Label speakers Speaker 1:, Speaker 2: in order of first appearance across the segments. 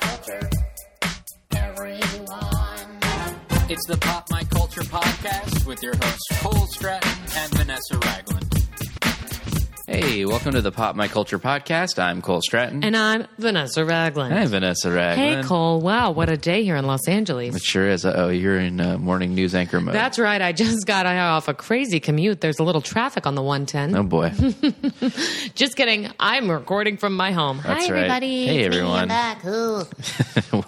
Speaker 1: culture. Everyone. It's the Pop My Culture podcast with your hosts Cole Stratton and Vanessa Ragland.
Speaker 2: Hey, welcome to the Pop My Culture podcast. I'm Cole Stratton.
Speaker 3: And I'm Vanessa Ragland.
Speaker 2: hey, Vanessa Ragland.
Speaker 3: Hey, Cole. Wow, what a day here in Los Angeles.
Speaker 2: It sure is. Oh, you're in uh, morning news anchor mode.
Speaker 3: That's right. I just got off a crazy commute. There's a little traffic on the 110.
Speaker 2: oh boy.
Speaker 3: Just kidding. I'm recording from my home.
Speaker 2: That's
Speaker 3: Hi,
Speaker 2: right.
Speaker 3: everybody.
Speaker 2: Hey,
Speaker 3: It's me,
Speaker 2: everyone.
Speaker 3: I'm back. Ooh.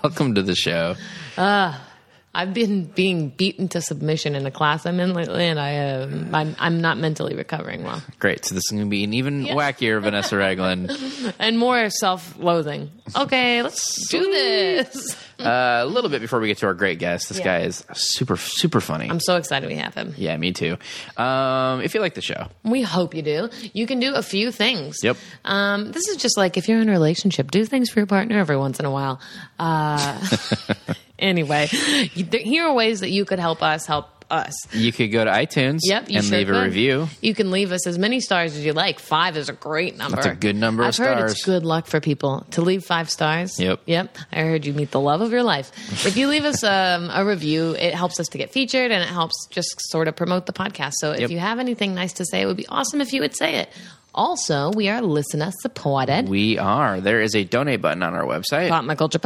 Speaker 2: welcome to the show.
Speaker 3: I've been being beaten to submission in a class I'm in lately, and I, uh, I'm, I'm not mentally recovering well.
Speaker 2: Great. So this is going to be an even wackier Vanessa Ragland.
Speaker 3: And more self loathing. Okay, let's do this.
Speaker 2: Uh, a little bit before we get to our great guest. This guy is super super funny.
Speaker 3: I'm so excited we have him.
Speaker 2: yeah, me too. Um, if you like the show,
Speaker 3: We hope you do. You can do a few things.
Speaker 2: Yep.
Speaker 3: Um, this is just like if you're in a relationship, do things for your partner every once in a while. Uh, anyway, you- th- here are ways that you could help us help us.
Speaker 2: you could go to iTunes
Speaker 3: Yep, you
Speaker 2: and
Speaker 3: sure
Speaker 2: leave a
Speaker 3: could.
Speaker 2: review.
Speaker 3: You can leave us as many stars as you like. Five is a great number.
Speaker 2: That's a good number of
Speaker 3: I've heard
Speaker 2: stars.
Speaker 3: it's good luck for people to leave five stars.
Speaker 2: Yep.
Speaker 3: Yep. I heard you meet the love of your life. If you leave us um, a review, it helps us to get featured and it helps just sort of promote the podcast. So if
Speaker 2: Yep.
Speaker 3: you have anything nice to say, it would be awesome if you would say it. Also, we are listener supported.
Speaker 2: We are. There is a donate button on our website.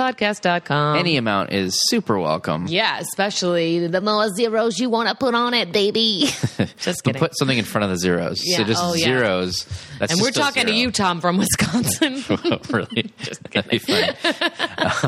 Speaker 3: PopMyCulturePodcast.com.
Speaker 2: Any amount is super welcome.
Speaker 3: yeah, especially the more zeros you want to put on it, baby. just
Speaker 2: But
Speaker 3: kidding.
Speaker 2: put something in front of the zeros. So
Speaker 3: Yeah.
Speaker 2: just
Speaker 3: Oh, yeah.
Speaker 2: zeros. That's
Speaker 3: and
Speaker 2: just
Speaker 3: we're
Speaker 2: a
Speaker 3: talking to
Speaker 2: zero. Oh,
Speaker 3: you, Tom, from Wisconsin.
Speaker 2: really? That'd be funny.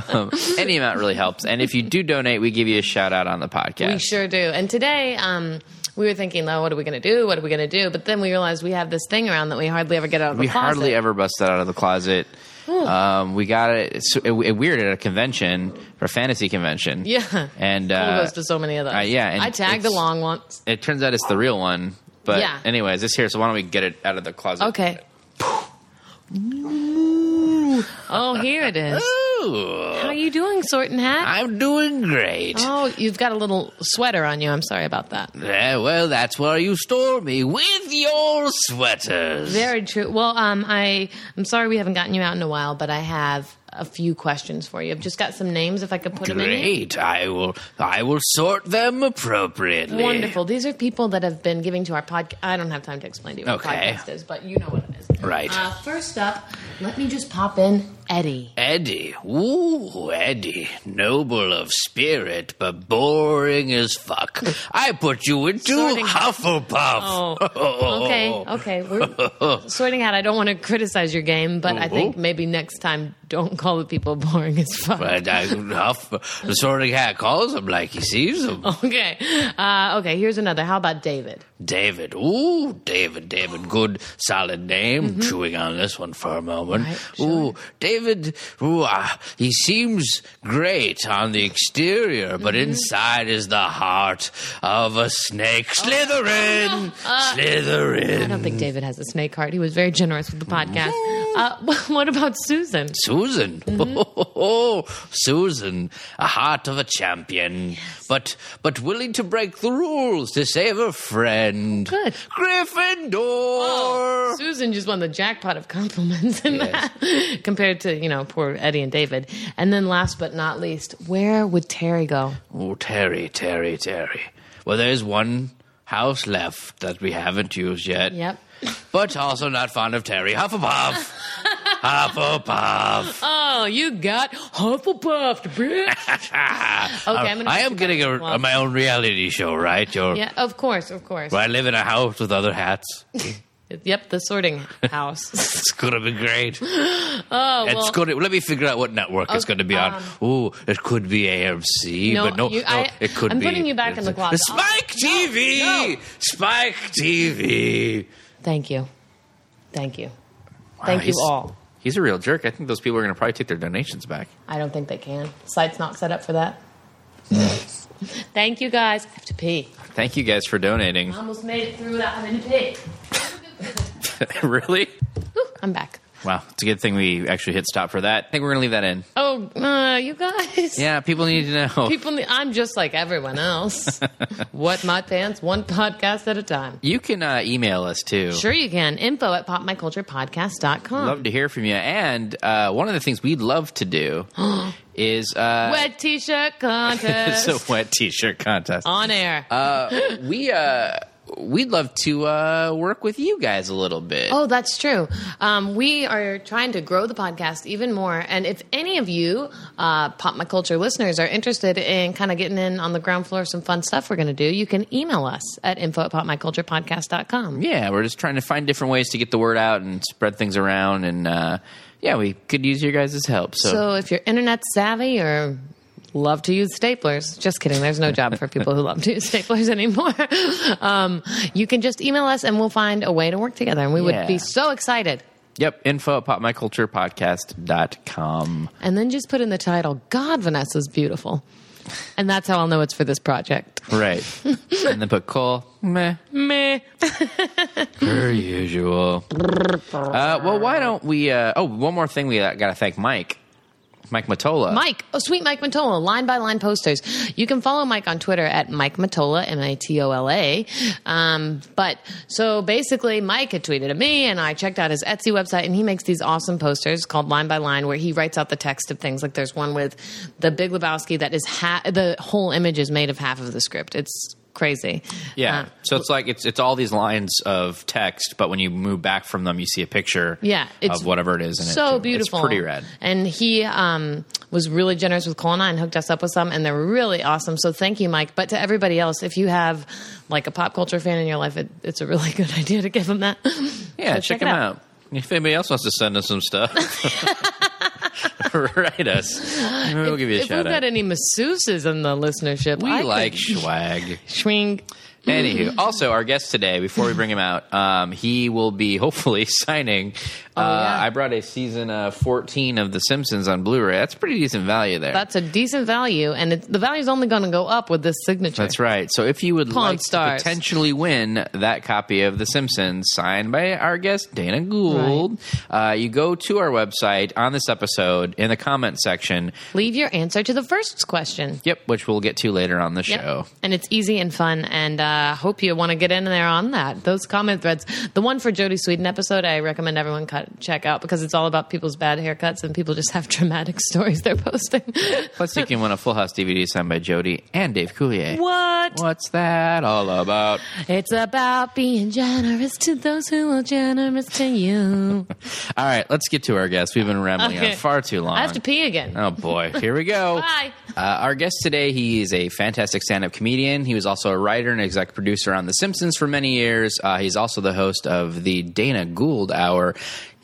Speaker 2: um, any amount really helps. And if you do donate, we give you a shout out on the podcast.
Speaker 3: We sure do. And today, um, we were thinking, oh, what are we going to do? What are we going to do? But then we realized we have this thing around that we hardly ever get out of the
Speaker 2: We
Speaker 3: closet.
Speaker 2: hardly ever bust that out of the closet. Um, we got it, it's- it, it weird at a convention, for a fantasy convention.
Speaker 3: Yeah.
Speaker 2: And
Speaker 3: Who
Speaker 2: uh,
Speaker 3: goes to so many of those?
Speaker 2: uh, yeah, and
Speaker 3: I tagged
Speaker 2: it's-
Speaker 3: along once.
Speaker 2: it turns out it's the real one. But
Speaker 3: Yeah.
Speaker 2: anyways, it's here. So why don't we get it out of the closet?
Speaker 3: Okay. oh, here it is. How
Speaker 2: Ooh,
Speaker 3: you doing, Sorting Hat?
Speaker 2: I'm doing great.
Speaker 3: Oh, you've got a little sweater on you. I'm sorry about that.
Speaker 2: Eh, well, that's where you store me with your sweaters.
Speaker 3: Very true. Well, um, I I'm sorry we haven't gotten you out in a while, but I have a few questions for you. I've just got some names. If I could put them in. here.
Speaker 2: Great. I will. I will sort them appropriately.
Speaker 3: Wonderful. These are people that have been giving to our podcast. I don't have time to explain to you what
Speaker 2: Okay.
Speaker 3: podcast is, but you know what it is.
Speaker 2: Right.
Speaker 3: Uh, first up, let me just pop in Eddie.
Speaker 2: Eddie. Ooh, Eddie. Noble of spirit, but boring as fuck. I put you into
Speaker 3: Sorting-
Speaker 2: Hufflepuff.
Speaker 3: Oh, okay, okay. We're sorting out. I don't want to criticize your game, but I think
Speaker 2: Oh.
Speaker 3: maybe next time, don't call the people boring as fuck.
Speaker 2: But I, Huff, the sorting hat calls him like he sees him.
Speaker 3: Okay, uh, okay. Here's another. How about David?
Speaker 2: David. Ooh, David, David. Good, solid name. Chewing on this one for a moment.
Speaker 3: Mm-hmm. Right, sure.
Speaker 2: Ooh, David. Ooh, ah, he seems great on the exterior, but
Speaker 3: Mm-hmm.
Speaker 2: inside is the heart of a snake. Slytherin! Slytherin!
Speaker 3: I don't think David has Oh. Uh, a snake heart. He was very generous with the podcast.
Speaker 2: Mm.
Speaker 3: Uh, what about Susan?
Speaker 2: Susan.
Speaker 3: Mm-hmm.
Speaker 2: Oh, Susan, a heart of a champion, but but willing to break the rules to save a friend.
Speaker 3: Oh, good.
Speaker 2: Gryffindor.
Speaker 3: Oh, Susan just won the jackpot of compliments in
Speaker 2: Yes.
Speaker 3: that compared to, you know, poor Eddie and David. And then last but not least, where would Terry go?
Speaker 2: Oh, Terry, Terry, Terry. Well, there's one house left that we haven't used yet.
Speaker 3: Yep.
Speaker 2: But also not fond of Terry. Hufflepuff. Hufflepuff.
Speaker 3: Oh, you got Hufflepuff, bitch.
Speaker 2: Um,
Speaker 3: I'm gonna
Speaker 2: I
Speaker 3: put
Speaker 2: am
Speaker 3: you
Speaker 2: getting
Speaker 3: back
Speaker 2: a,
Speaker 3: in the closet.
Speaker 2: my own reality show, right? You're,
Speaker 3: yeah, of course, of course.
Speaker 2: where I live in a house with other hats.
Speaker 3: Yep, the sorting house.
Speaker 2: It's gonna be great. Oh, it's gonna. Let me figure out what network it's
Speaker 3: Okay,
Speaker 2: gonna be on.
Speaker 3: um,
Speaker 2: Ooh, it could be AMC,
Speaker 3: No,
Speaker 2: but no,
Speaker 3: you-
Speaker 2: no,
Speaker 3: I-
Speaker 2: it could
Speaker 3: I'm
Speaker 2: be.
Speaker 3: putting you back in the closet.
Speaker 2: Spike TV,
Speaker 3: no.
Speaker 2: Spike TV.
Speaker 3: Thank you. Thank you. Thank
Speaker 2: Wow,
Speaker 3: you
Speaker 2: he's-
Speaker 3: all.
Speaker 2: He's a real jerk. I think those people are going to probably take their donations back.
Speaker 3: I don't think they can. Site's not set up for that. Thank you guys. I have to pee.
Speaker 2: Thank you guys for donating.
Speaker 3: I almost made it through without having to pee.
Speaker 2: really?
Speaker 3: Whew, I'm back.
Speaker 2: Wow, it's a good thing we actually hit stop for that. I think we're gonna leave that in.
Speaker 3: Oh, uh, you guys.
Speaker 2: Yeah, people need to know.
Speaker 3: People, need, I'm just like everyone else. what my pants, one podcast at a time.
Speaker 2: you can uh, email us too.
Speaker 3: Sure, you can. Info at popmyculturepodcast.com.
Speaker 2: Love to hear from you. And uh, one of the things we'd love to do is uh,
Speaker 3: Wet t shirt contest
Speaker 2: it's a wet t-shirt contest.
Speaker 3: on air.
Speaker 2: Uh, we uh, we'd love to uh, work with you guys a little bit.
Speaker 3: Oh, that's true. Um, we are trying to grow the podcast even more. And if any of you uh, Pop My Culture listeners are interested in kind of getting in on the ground floor of some fun stuff we're going to do, you can email us at info at popmyculturepodcast.com.
Speaker 2: Yeah, we're just trying to find different ways to get the word out and spread things around. And uh, yeah, we could use your guys' help. So,
Speaker 3: So if you're internet savvy or love to use staplers, just kidding, there's no job for people who love to use staplers anymore. um, you can just email us and we'll find a way to work together. And we
Speaker 2: Yeah.
Speaker 3: would be so excited.
Speaker 2: yep, info at popmyculturepodcast.com.
Speaker 3: And then just put in the title, God, Vanessa's beautiful. And that's how I'll know it's for this project.
Speaker 2: Right. and then put Cole, meh,
Speaker 3: Meh.
Speaker 2: per usual. Uh, well, why don't we? Uh, oh, one more thing we got to thank Mike. Mike Matola.
Speaker 3: Mike, oh, sweet Mike Matola, line by line posters. You can follow Mike on Twitter at Mike Matola, M I T O L A. Um, but so basically, Mike had tweeted at me, and I checked out his Etsy website, and he makes these awesome posters called Line by Line, where he writes out the text of things. Like there's one with the Big Lebowski that is ha- the whole image is made of half of the script. It's crazy.
Speaker 2: Yeah.
Speaker 3: Uh,
Speaker 2: so it's like it's it's all these lines of text, but when you move back from them, you see a picture.
Speaker 3: Yeah, it's
Speaker 2: of whatever it is, and
Speaker 3: so
Speaker 2: it,
Speaker 3: beautiful.
Speaker 2: It's pretty rad.
Speaker 3: And he um, was really generous with Cole and I and hooked us up with some, and they're really awesome. So thank you, Mike. But to everybody else, if you have like a pop culture fan in your life, it, it's a really good idea to give them that.
Speaker 2: Yeah,
Speaker 3: So
Speaker 2: check, them out. If anybody else wants to send us some stuff, write us. Maybe we'll give you a
Speaker 3: If we've
Speaker 2: shout
Speaker 3: got
Speaker 2: out.
Speaker 3: any masseuses in the listenership,
Speaker 2: We
Speaker 3: I could-
Speaker 2: like swag.
Speaker 3: swing.
Speaker 2: Anywho, also our guest today, before we bring him out, um, he will be hopefully signing. Uh,
Speaker 3: Oh, yeah.
Speaker 2: I brought a season uh, 14 of The Simpsons on Blu-ray. That's pretty decent value there.
Speaker 3: That's a decent value, and it's the value's only going to go up with this signature.
Speaker 2: That's right. So if you would like
Speaker 3: stars.
Speaker 2: to potentially win that copy of The Simpsons signed by our guest Dana Gould, uh, you go to our website on this episode in the comment section.
Speaker 3: Leave your answer to the first question.
Speaker 2: Yep, which we'll get to later on the
Speaker 3: Yep.
Speaker 2: show.
Speaker 3: And it's easy and fun, and uh, hope you want to get in there on that. Those comment threads, the one for Jodie Sweden episode, I recommend everyone cut, check out because it's all about people's bad haircuts and people just have dramatic stories they're posting.
Speaker 2: Plus, you can win a Full House DVD signed by Jody and Dave Coulier.
Speaker 3: what?
Speaker 2: What's that all about?
Speaker 3: It's about being generous to those who are generous to you.
Speaker 2: All right, let's get to our guest. We've been rambling
Speaker 3: Okay.
Speaker 2: on far too long.
Speaker 3: I have to pee again.
Speaker 2: Oh boy, here we go.
Speaker 3: Bye.
Speaker 2: Uh, our guest today, he is a fantastic stand-up comedian. He was also a writer and exec producer on The Simpsons for many years. Uh, he's also the host of the Dana Gould Hour.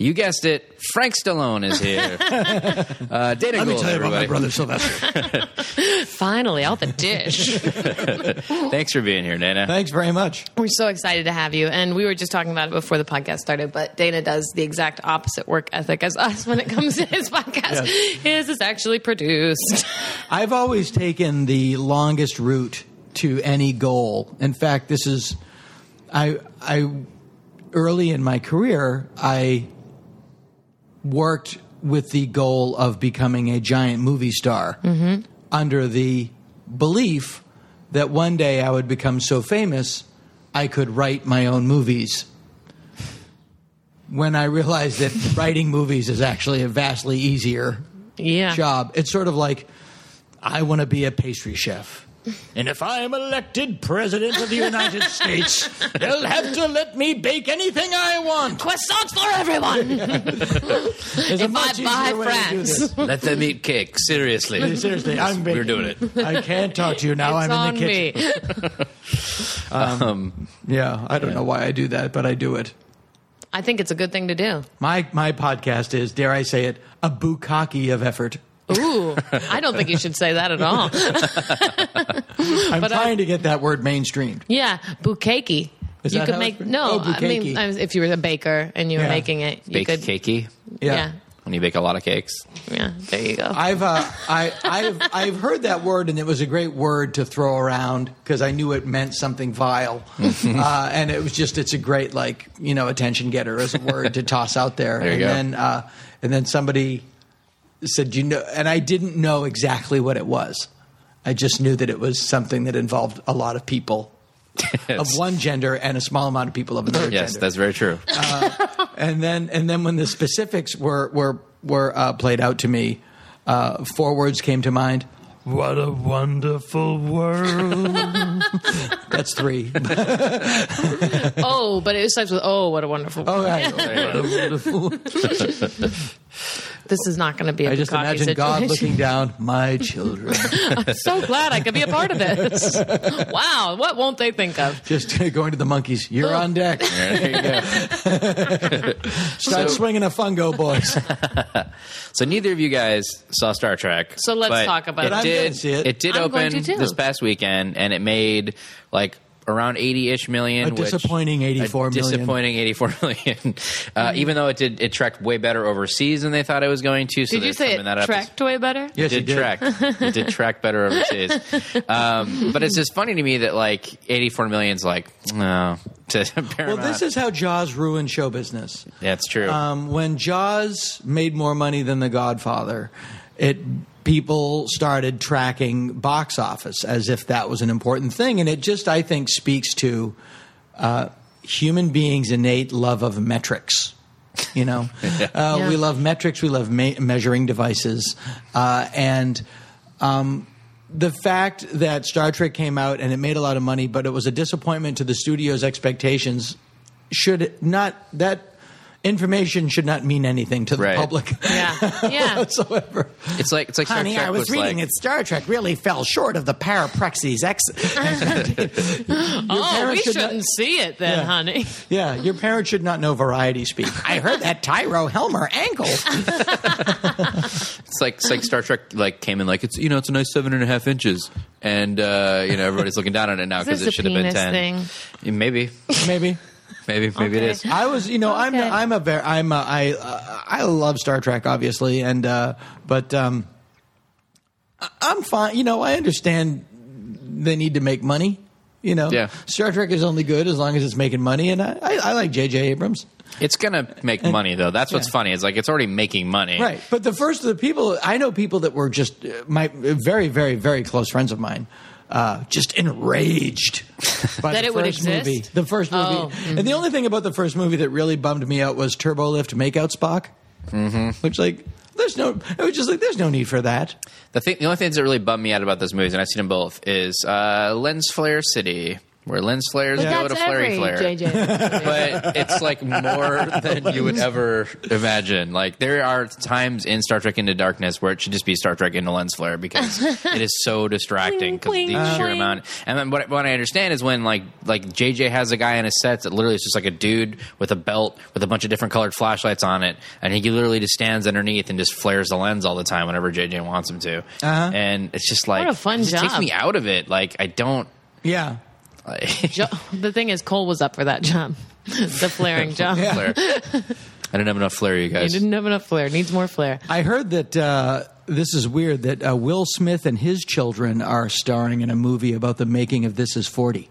Speaker 2: You guessed it, Frank Stallone is here. uh, Dana
Speaker 4: Let me
Speaker 2: Gould,
Speaker 4: tell you about my
Speaker 2: everybody.
Speaker 4: brother Sylvester.
Speaker 3: Finally, out the dish.
Speaker 2: Thanks for being here, Dana.
Speaker 4: Thanks very much.
Speaker 3: We're so excited to have you. And we were just talking about it before the podcast started, but Dana does the exact opposite work ethic as us when it comes to his podcast. His is actually produced.
Speaker 4: I've always taken the longest route to any goal. In fact, this is I I early in my career, I worked with the goal of becoming a giant movie star under the belief that one day I would become so famous I could write my own movies. When I realized that writing movies is actually a vastly easier
Speaker 3: Yeah.
Speaker 4: job. It's sort of like I want to be a pastry chef. And if I am elected president of the United States, they'll have to let me bake anything I want.
Speaker 3: Croissants for everyone.
Speaker 4: There's a
Speaker 3: If
Speaker 4: much
Speaker 3: I buy
Speaker 4: easier way to do
Speaker 3: France.
Speaker 4: this.
Speaker 5: Let them eat cake. Seriously.
Speaker 4: Seriously, I'm baking.
Speaker 5: We're doing it.
Speaker 4: I can't talk to you now.
Speaker 3: it's
Speaker 4: Oh, I'm
Speaker 3: on
Speaker 4: in the kitchen.
Speaker 3: me.
Speaker 4: Yeah, I don't know why I do that, but I do it.
Speaker 3: I think it's a good thing to do.
Speaker 4: My my podcast is, dare I say it, a bukkake of effort.
Speaker 3: Ooh, I don't think you should say that at all.
Speaker 4: I'm
Speaker 3: But I-
Speaker 4: trying to get that word mainstreamed.
Speaker 3: Yeah, bouquet.
Speaker 4: Is
Speaker 3: you
Speaker 4: that
Speaker 3: could
Speaker 4: how
Speaker 3: make
Speaker 4: it's-
Speaker 3: no.
Speaker 4: Oh,
Speaker 3: I mean,
Speaker 4: bukkake.
Speaker 3: I was- if you were a baker and you were
Speaker 4: Yeah.
Speaker 3: making it, you
Speaker 5: Baked
Speaker 3: could.
Speaker 5: cakey.
Speaker 3: Yeah.
Speaker 4: Yeah.
Speaker 2: when you bake a lot of cakes.
Speaker 3: Yeah, there you go.
Speaker 4: I've uh, I, I've I've heard that word, and it was a great word to throw around because I knew it meant something vile,
Speaker 2: Mm-hmm.
Speaker 4: uh, and it was just it's a great like you know attention getter as a word to toss out there.
Speaker 2: There you
Speaker 4: and
Speaker 2: go.
Speaker 4: then uh, and then somebody said you know, and I didn't know exactly what it was. I just knew that it was something that involved a lot of people of one gender and a small amount of people of another
Speaker 2: Yes,
Speaker 4: gender
Speaker 2: that's very true.
Speaker 4: Uh, and then and then when the specifics were were were uh, played out to me, uh, four words came to mind. What a wonderful world. That's three.
Speaker 3: oh, but it starts with oh, what a wonderful.
Speaker 4: All right.
Speaker 3: This is not going to be a
Speaker 4: I just
Speaker 3: Bukkake
Speaker 4: imagine God
Speaker 3: situation.
Speaker 4: looking down, my children.
Speaker 3: so glad I could be a part of this. wow, what won't they think of?
Speaker 4: Just going to the monkeys. You're on deck.
Speaker 2: There you go.
Speaker 4: Start swinging a fungo, boys.
Speaker 2: So neither of you guys saw Star Trek.
Speaker 3: So let's
Speaker 2: but
Speaker 3: talk about it.
Speaker 4: I'm
Speaker 2: It
Speaker 4: gonna
Speaker 2: did.
Speaker 4: see it.
Speaker 2: did
Speaker 3: I'm going
Speaker 2: open
Speaker 3: to too.
Speaker 2: this past weekend, and it made like around eighty-ish million.
Speaker 4: A
Speaker 2: which-
Speaker 4: disappointing 84
Speaker 2: a
Speaker 4: million.
Speaker 2: Disappointing eighty-four million.
Speaker 3: Mm-hmm.
Speaker 2: Uh, Even though it did, it tracked way better overseas than they thought it was going to. So
Speaker 3: Did
Speaker 2: they're
Speaker 3: you say
Speaker 2: summing that
Speaker 3: it
Speaker 2: up as-
Speaker 3: tracked way better?
Speaker 4: Yes,
Speaker 2: did,
Speaker 4: you did.
Speaker 2: track. it did track better overseas. Um, but it's just funny to me that like 84 million's like, no. To
Speaker 4: Well,
Speaker 2: Paramount.
Speaker 4: this is how Jaws ruined show business.
Speaker 2: That's true.
Speaker 4: um, when Jaws made more money than The Godfather, it people started tracking box office as if that was an important thing, and it just I think speaks to uh, human beings' innate love of metrics. You know, uh,
Speaker 3: Yeah.
Speaker 4: we love metrics, we love me- measuring devices, uh, and the fact that Star Trek came out and it made a lot of money, but it was a disappointment to the studio's expectations, should not that information should not mean anything to the
Speaker 2: Right.
Speaker 4: public
Speaker 3: Yeah, yeah.
Speaker 4: whatsoever.
Speaker 2: it's like it's like Star Trek like,
Speaker 4: that Star Trek really fell short of the parapraxis X.
Speaker 3: oh, we
Speaker 4: parents should
Speaker 3: shouldn't
Speaker 4: not-
Speaker 3: see it then,
Speaker 4: Yeah.
Speaker 3: honey.
Speaker 4: yeah, your parents should not know variety speak. I heard that Tyro Helmer ankle.
Speaker 2: it's like it's like Star Trek like came in like it's you know it's a nice seven and a half inches and uh, you know everybody's looking down on it now because it
Speaker 3: this a
Speaker 2: should have been
Speaker 3: penis
Speaker 2: ten. Yeah, Maybe,
Speaker 4: Maybe.
Speaker 2: maybe, maybe it
Speaker 3: Okay.
Speaker 2: is.
Speaker 4: I was, you know, I'm
Speaker 3: Okay.
Speaker 4: I'm a very I'm a, I uh, I love Star Trek obviously, and uh, but um, I- I'm fine. You know, I understand they need to make money. You know,
Speaker 2: Yeah.
Speaker 4: Star Trek is only good as long as it's making money, and I I, I like J.J. Abrams.
Speaker 2: It's gonna make money though. That's what's
Speaker 4: yeah.
Speaker 2: funny. It's like it's already making money.
Speaker 4: Right. But the first of the people I know, people that were just uh, my very, very, very close friends of mine, uh, just enraged by
Speaker 3: That
Speaker 4: the
Speaker 3: it
Speaker 4: first
Speaker 3: would
Speaker 4: movie.
Speaker 3: exist?
Speaker 4: The first movie,
Speaker 3: Oh,
Speaker 4: and the only thing about the first movie that really bummed me out was Turbo Lift Makeout Spock, which like there's no, it was just like there's no need for that.
Speaker 2: The thing, the only things that really bum me out about those movies, and I've seen them both, is uh, Lens Flare City, where lens flares go to
Speaker 3: That's every
Speaker 2: flary flare.
Speaker 3: JJ.
Speaker 2: but it's like more than you would ever imagine. Like there are times in Star Trek Into Darkness where it should just be Star Trek Into Lens Flare because it is so distracting because
Speaker 3: Wing,
Speaker 2: the
Speaker 3: wing,
Speaker 2: sheer
Speaker 3: wing.
Speaker 2: amount. And then what, what I understand is when like like JJ has a guy in his sets that literally is just like a dude with a belt with a bunch of different colored flashlights on it, and he literally just stands underneath and just flares the lens all the time whenever JJ wants him to.
Speaker 4: Uh-huh.
Speaker 2: And it's just like
Speaker 3: What a fun
Speaker 2: it just takes
Speaker 3: job.
Speaker 2: me out of it. Like I don't.
Speaker 4: Yeah.
Speaker 2: Like,
Speaker 3: Jo- the thing is, Cole was up for that job, the flaring job.
Speaker 4: Yeah.
Speaker 2: flare. I didn't have enough flare, you
Speaker 3: He
Speaker 2: guys.
Speaker 3: didn't have enough flair. Needs more flair.
Speaker 4: I heard that uh, this is weird that uh, Will Smith and his children are starring in a movie about the making of This Is 40.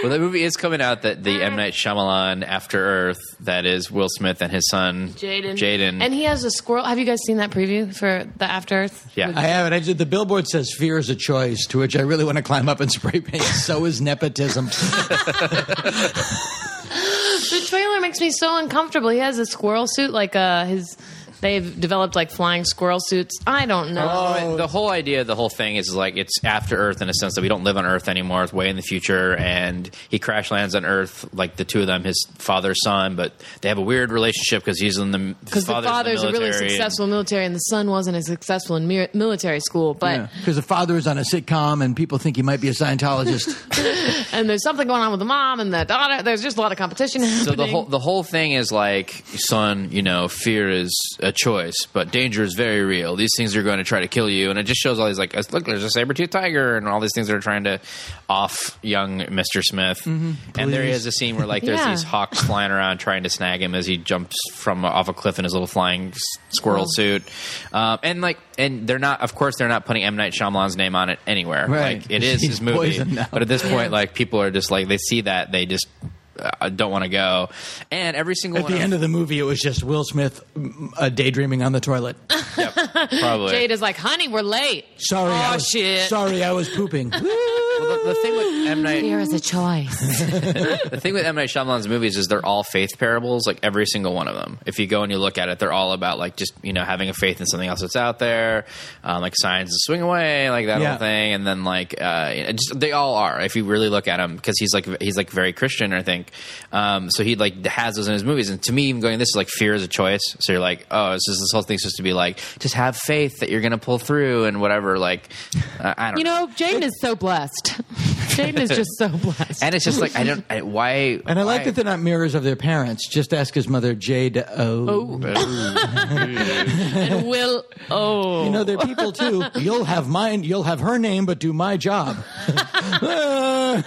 Speaker 2: Well, that movie is coming out that the M Night Shyamalan After Earth that is Will Smith and his son
Speaker 3: Jaden.
Speaker 2: Jaden.
Speaker 3: And he has a squirrel. Have you guys seen that preview for the After Earth?
Speaker 2: yeah,
Speaker 4: I have it. I did. The billboard says "Fear is a choice," to which I really want to climb up and spray paint. so is nepotism.
Speaker 3: The trailer makes me so uncomfortable. He has a squirrel suit, like uh, his. They've developed like flying squirrel suits. I don't know.
Speaker 4: Oh,
Speaker 2: But the whole idea of the whole thing is like it's after Earth in a sense that we don't live on Earth anymore. It's way in the future, and he crash lands on Earth like the two of them, his father son, but they have a weird relationship because he's in the
Speaker 3: because the father's
Speaker 2: in the
Speaker 3: a really
Speaker 2: military and-
Speaker 3: successful military, and the son wasn't as successful in mir- military school. But
Speaker 4: Because the father is on a sitcom, and people think he might be a Scientologist.
Speaker 3: and there's something going on with the mom and the daughter. There's just a lot of competition.
Speaker 2: So the whole the whole thing is like, son, you know, fear is uh, a choice, but danger is very real. These things are going to try to kill you, and it just shows all these like, uh, look, there's a saber tooth tiger, and all these things that are trying to off young Mister Smith. and there
Speaker 4: Mm-hmm. please.
Speaker 2: is a scene where like there's
Speaker 3: Yeah.
Speaker 2: these hawks flying around trying to snag him as he jumps from off a cliff in his little flying s- squirrel suit, um, and like, and they're not, of course, they're not putting M Night Shyamalan's name on it anywhere.
Speaker 4: Right.
Speaker 2: Like it is
Speaker 4: He's
Speaker 2: his movie,
Speaker 4: poisoned now.
Speaker 2: but at this point, like people are just like they see that they just. Uh, don't want to go, and every single
Speaker 4: At
Speaker 2: one
Speaker 4: the
Speaker 2: of-
Speaker 4: end of the movie, it was just Will Smith mm, uh, daydreaming on the toilet.
Speaker 2: Yep, probably.
Speaker 3: Jade is like, honey, we're late.
Speaker 4: Sorry, I
Speaker 3: Oh,
Speaker 4: was,
Speaker 3: shit.
Speaker 4: sorry, I was pooping.
Speaker 2: Well, the, the thing with M Night,
Speaker 3: Here is a choice.
Speaker 2: the thing with M Night Shyamalan's movies is they're all faith parables, like every single one of them. If you go and you look at it, they're all about like just you know having a faith in something else that's out there, um, like signs to swing away, like that
Speaker 4: Yeah.
Speaker 2: whole thing, and then like uh, it just, they all are. If you really look at him, because he's like he's like very Christian, I think. Um, so he like has those in his movies, and to me, even going this is like fear is a choice. So you're like, oh, it's just this whole thing's supposed to be like just have faith that you're gonna pull through and whatever. Like I I don't
Speaker 3: you know, Jane is so blessed. Jane is just so blessed.
Speaker 2: And it's just like I don't I, why.
Speaker 4: And
Speaker 2: why-
Speaker 4: I like that they're not mirrors of their parents. Just ask his mother, Jade uh,
Speaker 3: Oh.
Speaker 4: O.
Speaker 3: And Will, oh.
Speaker 4: You know, they're people too. You'll have mine. You'll have her name, but do my job.
Speaker 2: I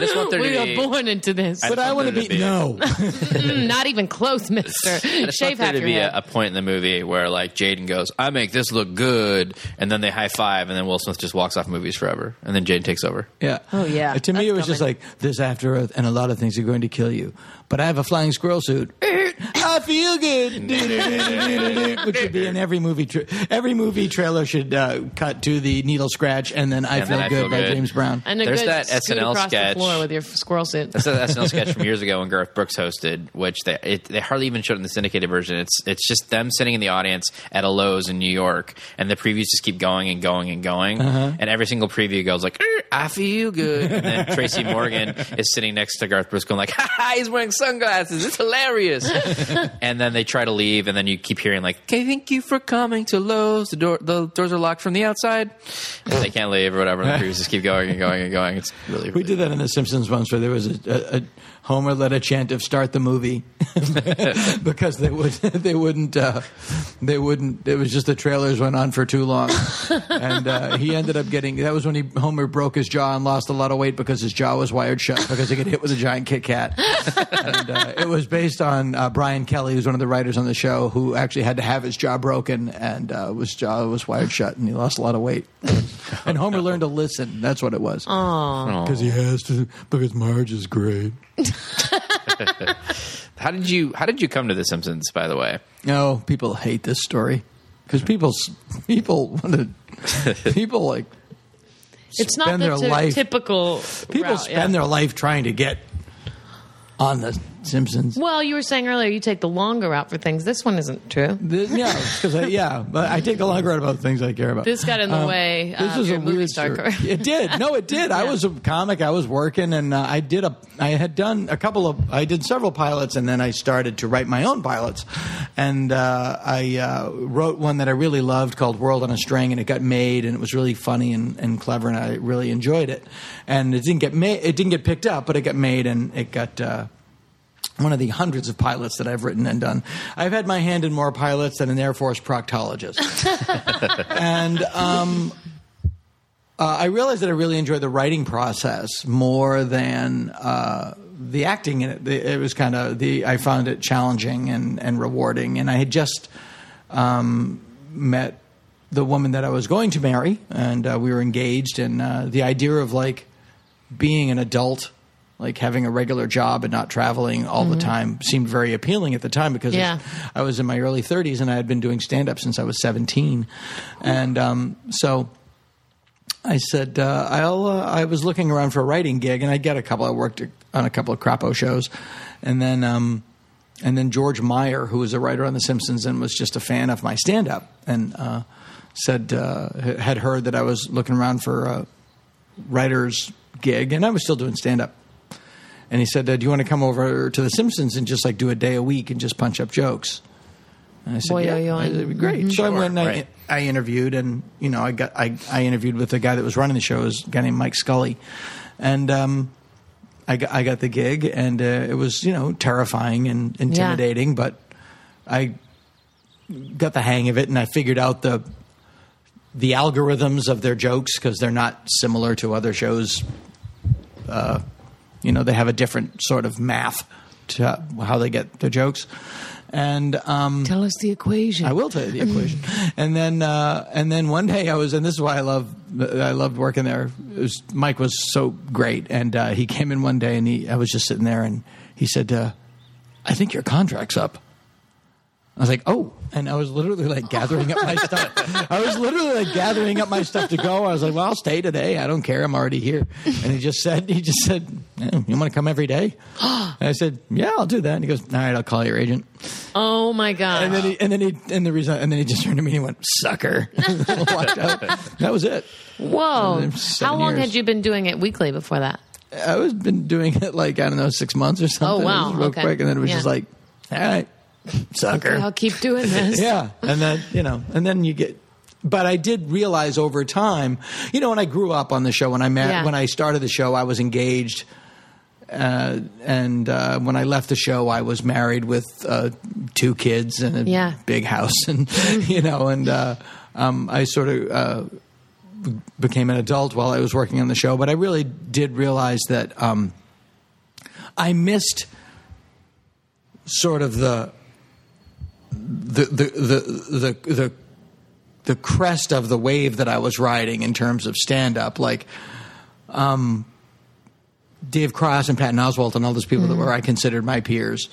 Speaker 2: just want there
Speaker 3: we
Speaker 2: to
Speaker 3: were
Speaker 2: be.
Speaker 3: born into this.
Speaker 4: But I want to be no.
Speaker 3: Mm, not even close, mister.
Speaker 2: I just want
Speaker 3: Shave half
Speaker 2: there
Speaker 3: your
Speaker 2: to be
Speaker 3: head.
Speaker 2: a, a point in the movie where like Jaden goes, "I make this look good," and then they high five, and then Will Smith just walks off movies forever, and then Jaden takes over.
Speaker 4: Yeah.
Speaker 3: Oh, yeah.
Speaker 4: Uh, To me,
Speaker 3: That's
Speaker 4: it was just
Speaker 3: coming.
Speaker 4: like this after Earth, and a lot of things are going to kill you. But I have a flying squirrel suit. I feel good. Which should be in every movie. Tra- every movie trailer should uh, cut to the needle scratch, and then I
Speaker 2: And
Speaker 4: feel
Speaker 2: then I
Speaker 4: good
Speaker 2: Feel
Speaker 4: by
Speaker 2: Good.
Speaker 4: James Brown.
Speaker 3: and a
Speaker 2: There's
Speaker 3: good
Speaker 2: that
Speaker 3: scoot
Speaker 2: SNL
Speaker 3: across
Speaker 2: sketch.
Speaker 3: the floor with your f- squirrel suit.
Speaker 2: That's an SNL sketch from years ago when Garth Brooks hosted, which they it, they hardly even showed in the syndicated version. It's it's just them sitting in the audience at a Lowe's in New York, and the previews just keep going and going and going, and every single preview goes like, "Er, "I feel good," and then Tracy Morgan is sitting next to Garth Brooks going like, "Ha ha, he's wearing sunglasses, it's hilarious," and then they try to leave, and then you keep hearing like, "Okay, thank you for coming to Lowe's. The door the doors are locked from the outside," and they can't leave or whatever. And the previews just keep going and going and going. It's really
Speaker 4: We did that in The Simpsons once, where there was a, a, a Homer led a chant of "Start the movie," because they would they wouldn't uh, they wouldn't. It was just the trailers went on for too long, and uh, he ended up getting. That was when he Homer broke his jaw and lost a lot of weight because his jaw was wired shut because he got hit with a giant Kit Kat. and, uh, it was based on uh, Brian Kelly, who's one of the writers on the show, who actually had to have his jaw broken and uh, his jaw was wired shut, and he lost a lot of weight. and Homer learned to listen. That's what it was because he has to because Marge is great.
Speaker 2: How did you How did you come to The Simpsons? By the way,
Speaker 4: No, people hate this story because people s- people want to people like
Speaker 3: It's not
Speaker 4: spend
Speaker 3: the
Speaker 4: their
Speaker 3: ty-
Speaker 4: life-
Speaker 3: typical.
Speaker 4: people
Speaker 3: route,
Speaker 4: spend
Speaker 3: yeah.
Speaker 4: their life trying to get on the Simpsons.
Speaker 3: Well, you were saying earlier you take the longer route for things. This one isn't true.
Speaker 4: The- yeah, because I, yeah, but I take the long road about things I care about.
Speaker 3: This got in the way of uh, your movie star
Speaker 4: story.
Speaker 3: career.
Speaker 4: It did. No, it did. I was a comic. I was working, and uh, I did a. I had done a couple of. I did several pilots, and then I started to write my own pilots. And uh, I uh, wrote one that I really loved called "World on a String," and it got made, and it was really funny and, and clever, and I really enjoyed it. And it didn't get made. It didn't get picked up, but it got made, and it got. Uh, one of the hundreds of pilots that I've written and done. I've had my hand in more pilots than an Air Force proctologist. and um, uh, I realized that I really enjoyed the writing process more than uh, the acting in it. The- It was kind of the I found it challenging and, and rewarding, and I had just um, met the woman that I was going to marry, and uh, we were engaged, and uh, the idea of like being an adult. Like having a regular job and not traveling all the time seemed very appealing at the time because
Speaker 3: Yeah.
Speaker 4: I was in my early 30s and I had been doing stand up since I was 17. And um, so I said, uh, I'll, uh, I was looking around for a writing gig, and I get a couple. I worked on a couple of Crapo shows, and then, um, and then George Meyer, who was a writer on The Simpsons and was just a fan of my stand up, and uh, said uh, h- had heard that I was looking around for a writer's gig, and I was still doing stand up. And he said, uh, "Do you want to come over to The Simpsons and just like do a day a week and just punch up jokes?" And I said,
Speaker 3: Boy,
Speaker 4: "Yeah,
Speaker 3: oh, yeah.
Speaker 4: I said, it'd be great." So I went and I,
Speaker 2: right.
Speaker 4: I interviewed, and you know, I got I, I interviewed with the guy that was running the show, is a guy named Mike Scully, and um, I got I got the gig, and uh, it was you know terrifying and intimidating, but I got the hang of it, and I figured out the the algorithms of their jokes because they're not similar to other shows. Uh, you know, they have a different sort of math to how they get their jokes, and um,
Speaker 3: Tell us the equation.
Speaker 4: I will tell you the equation. and then uh, and then one day I was, and this is why I love I loved working there. It was, Mike was so great, and uh, he came in one day, and he I was just sitting there, and he said, uh, "I think your contract's up." I was like, "Oh," and I was literally like gathering up my stuff. I was literally like gathering up my stuff to go. I was like, "Well, I'll stay today. I don't care. I'm already here." And he just said, "He just said, eh, you want to come every day?" And I said, "Yeah, I'll do that." And he goes, "All right, I'll call your agent."
Speaker 3: Oh my god!
Speaker 4: And then he, and then he, and the reason, and then he just turned to me and he went, "Sucker!" Walked out. That was it.
Speaker 3: Whoa!
Speaker 4: then seven
Speaker 3: How long
Speaker 4: years.
Speaker 3: had you been doing it weekly before that?
Speaker 4: I was been doing it like I don't know six months or something.
Speaker 3: Oh,
Speaker 4: It
Speaker 3: wow.
Speaker 4: was real
Speaker 3: Okay.
Speaker 4: quick, and then it was
Speaker 3: Yeah.
Speaker 4: just like, "All right, sucker."
Speaker 3: I'll keep doing this.
Speaker 4: yeah and then you know and then you get but i did realize over time you know when i grew up on the show when i met
Speaker 3: Yeah.
Speaker 4: when i started the show i was engaged uh, and uh, when I left the show, I was married with uh, two kids and a
Speaker 3: Yeah.
Speaker 4: big house, and you know, and uh, um, I sort of uh, b- became an adult while I was working on the show. But I really did realize that um, I missed sort of the the the the the, the the crest of the wave that I was riding in terms of stand up, like um, Dave Cross and Patton Oswalt and all those
Speaker 3: Mm-hmm.
Speaker 4: people that were I considered my peers.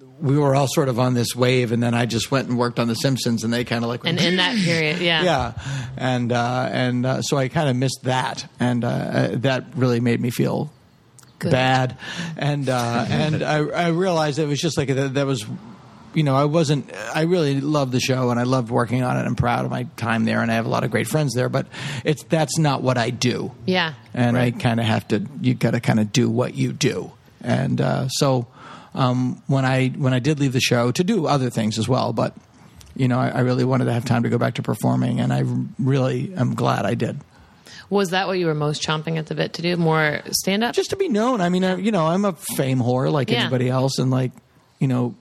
Speaker 4: Um, we were all sort of on this wave, and then I just went and worked on The Simpsons, and they kind of like
Speaker 3: And in that period, yeah,
Speaker 4: yeah, and uh, and uh, so I kind of missed that, and uh, uh, that really made me feel
Speaker 3: Good.
Speaker 4: bad, and uh, and I, I realized it was just like that, that was, you know, I wasn't. I really loved the show, and I loved working on it. I'm proud of my time there, and I have a lot of great friends there. But it's that's not what I do,
Speaker 3: yeah.
Speaker 4: and
Speaker 2: Right.
Speaker 4: I kind of have to. You got to kind of do what you do, and uh, so. Um, when I when I did leave the show to do other things as well, but you know, I, I really wanted to have time to go back to performing, and I really am glad I did.
Speaker 3: Was that what you were most chomping at the bit to do? More stand up?
Speaker 4: Just to be known. I mean, I, you know, I'm a fame whore like
Speaker 3: Yeah.
Speaker 4: anybody else, and like, you know,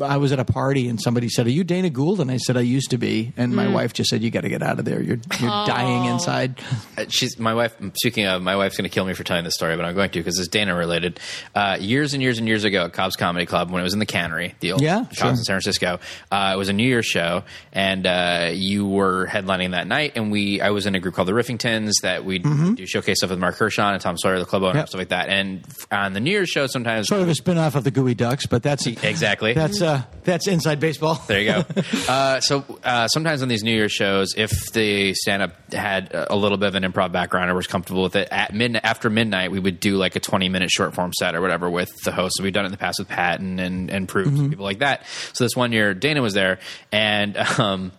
Speaker 4: I was at a party and somebody said, "Are you Dana Gould?" And I said, "I used to be," and my wife just said, "You got to get out of there. You're you're dying inside."
Speaker 2: Uh, she's my wife. Speaking of, my wife's going to kill me for telling this story, but I'm going to because it's Dana related. Uh, years and years and years ago at Cobb's Comedy Club, when it was in the Cannery, the old
Speaker 4: Yeah,
Speaker 2: Cobb's
Speaker 4: sure.
Speaker 2: in San Francisco, uh, it was a New Year's show, and uh, you were headlining that night. And we, I was in a group called the Riffingtons that we do showcase stuff with Mark Hershon and Tom Sawyer, the club owner,
Speaker 4: Mm-hmm. Yep.
Speaker 2: stuff like that. And f- on the New Year's show, sometimes
Speaker 4: Sort of a spin off of the Gooey Ducks, but that's
Speaker 2: Exactly.
Speaker 4: that's uh that's inside baseball.
Speaker 2: There you go. uh, so uh, sometimes on these New Year's shows, if the stand up had a little bit of an improv background or was comfortable with it, at midnight after midnight, we would do like a twenty minute short form set or whatever with the host. So we've done it in the past with Patton and and Proops
Speaker 3: Mm-hmm.
Speaker 2: and people like that. So this one year, Dana was there, and um,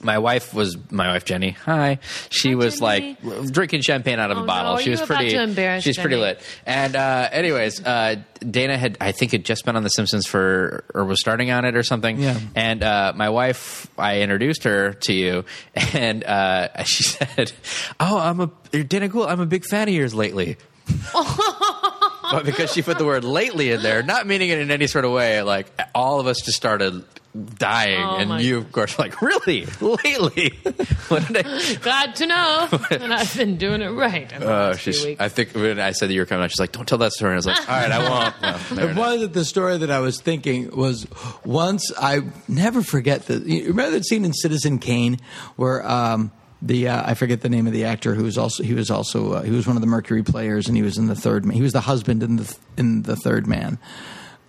Speaker 2: my wife was my wife Jenny. Hi, she
Speaker 3: Hi,
Speaker 2: was
Speaker 3: Jenny.
Speaker 2: like drinking champagne out of
Speaker 3: Oh,
Speaker 2: a bottle.
Speaker 3: no,
Speaker 2: she
Speaker 3: you
Speaker 2: was
Speaker 3: were about
Speaker 2: pretty.
Speaker 3: to embarrass
Speaker 2: she's pretty
Speaker 3: Jenny.
Speaker 2: lit. And uh, anyways, uh, Dana had I think had just been on The Simpsons for or was starting on it or something.
Speaker 4: Yeah.
Speaker 2: And uh, my wife, I introduced her to you, and uh, she said, "Oh, I'm a Dana Gould. I'm a big fan of yours lately." but because she put the word "lately" in there, not meaning it in any sort of way, like all of us just started dying,
Speaker 3: Oh, my
Speaker 2: and you, of course, were like really lately. what did I?
Speaker 3: Glad to know that I've been doing it right. in the
Speaker 2: Oh,
Speaker 3: last few
Speaker 2: she's.
Speaker 3: weeks.
Speaker 2: I think when I said that you were coming out, she's like, "Don't tell that story." And I was like, "All right, I won't." No, there it
Speaker 4: It
Speaker 2: is.
Speaker 4: was the story that I was thinking was once I never forget the you remember that scene in Citizen Kane where um, the uh, I forget the name of the actor who was also he was also uh, he was one of the Mercury players and he was in the third man he was the husband in the in the third man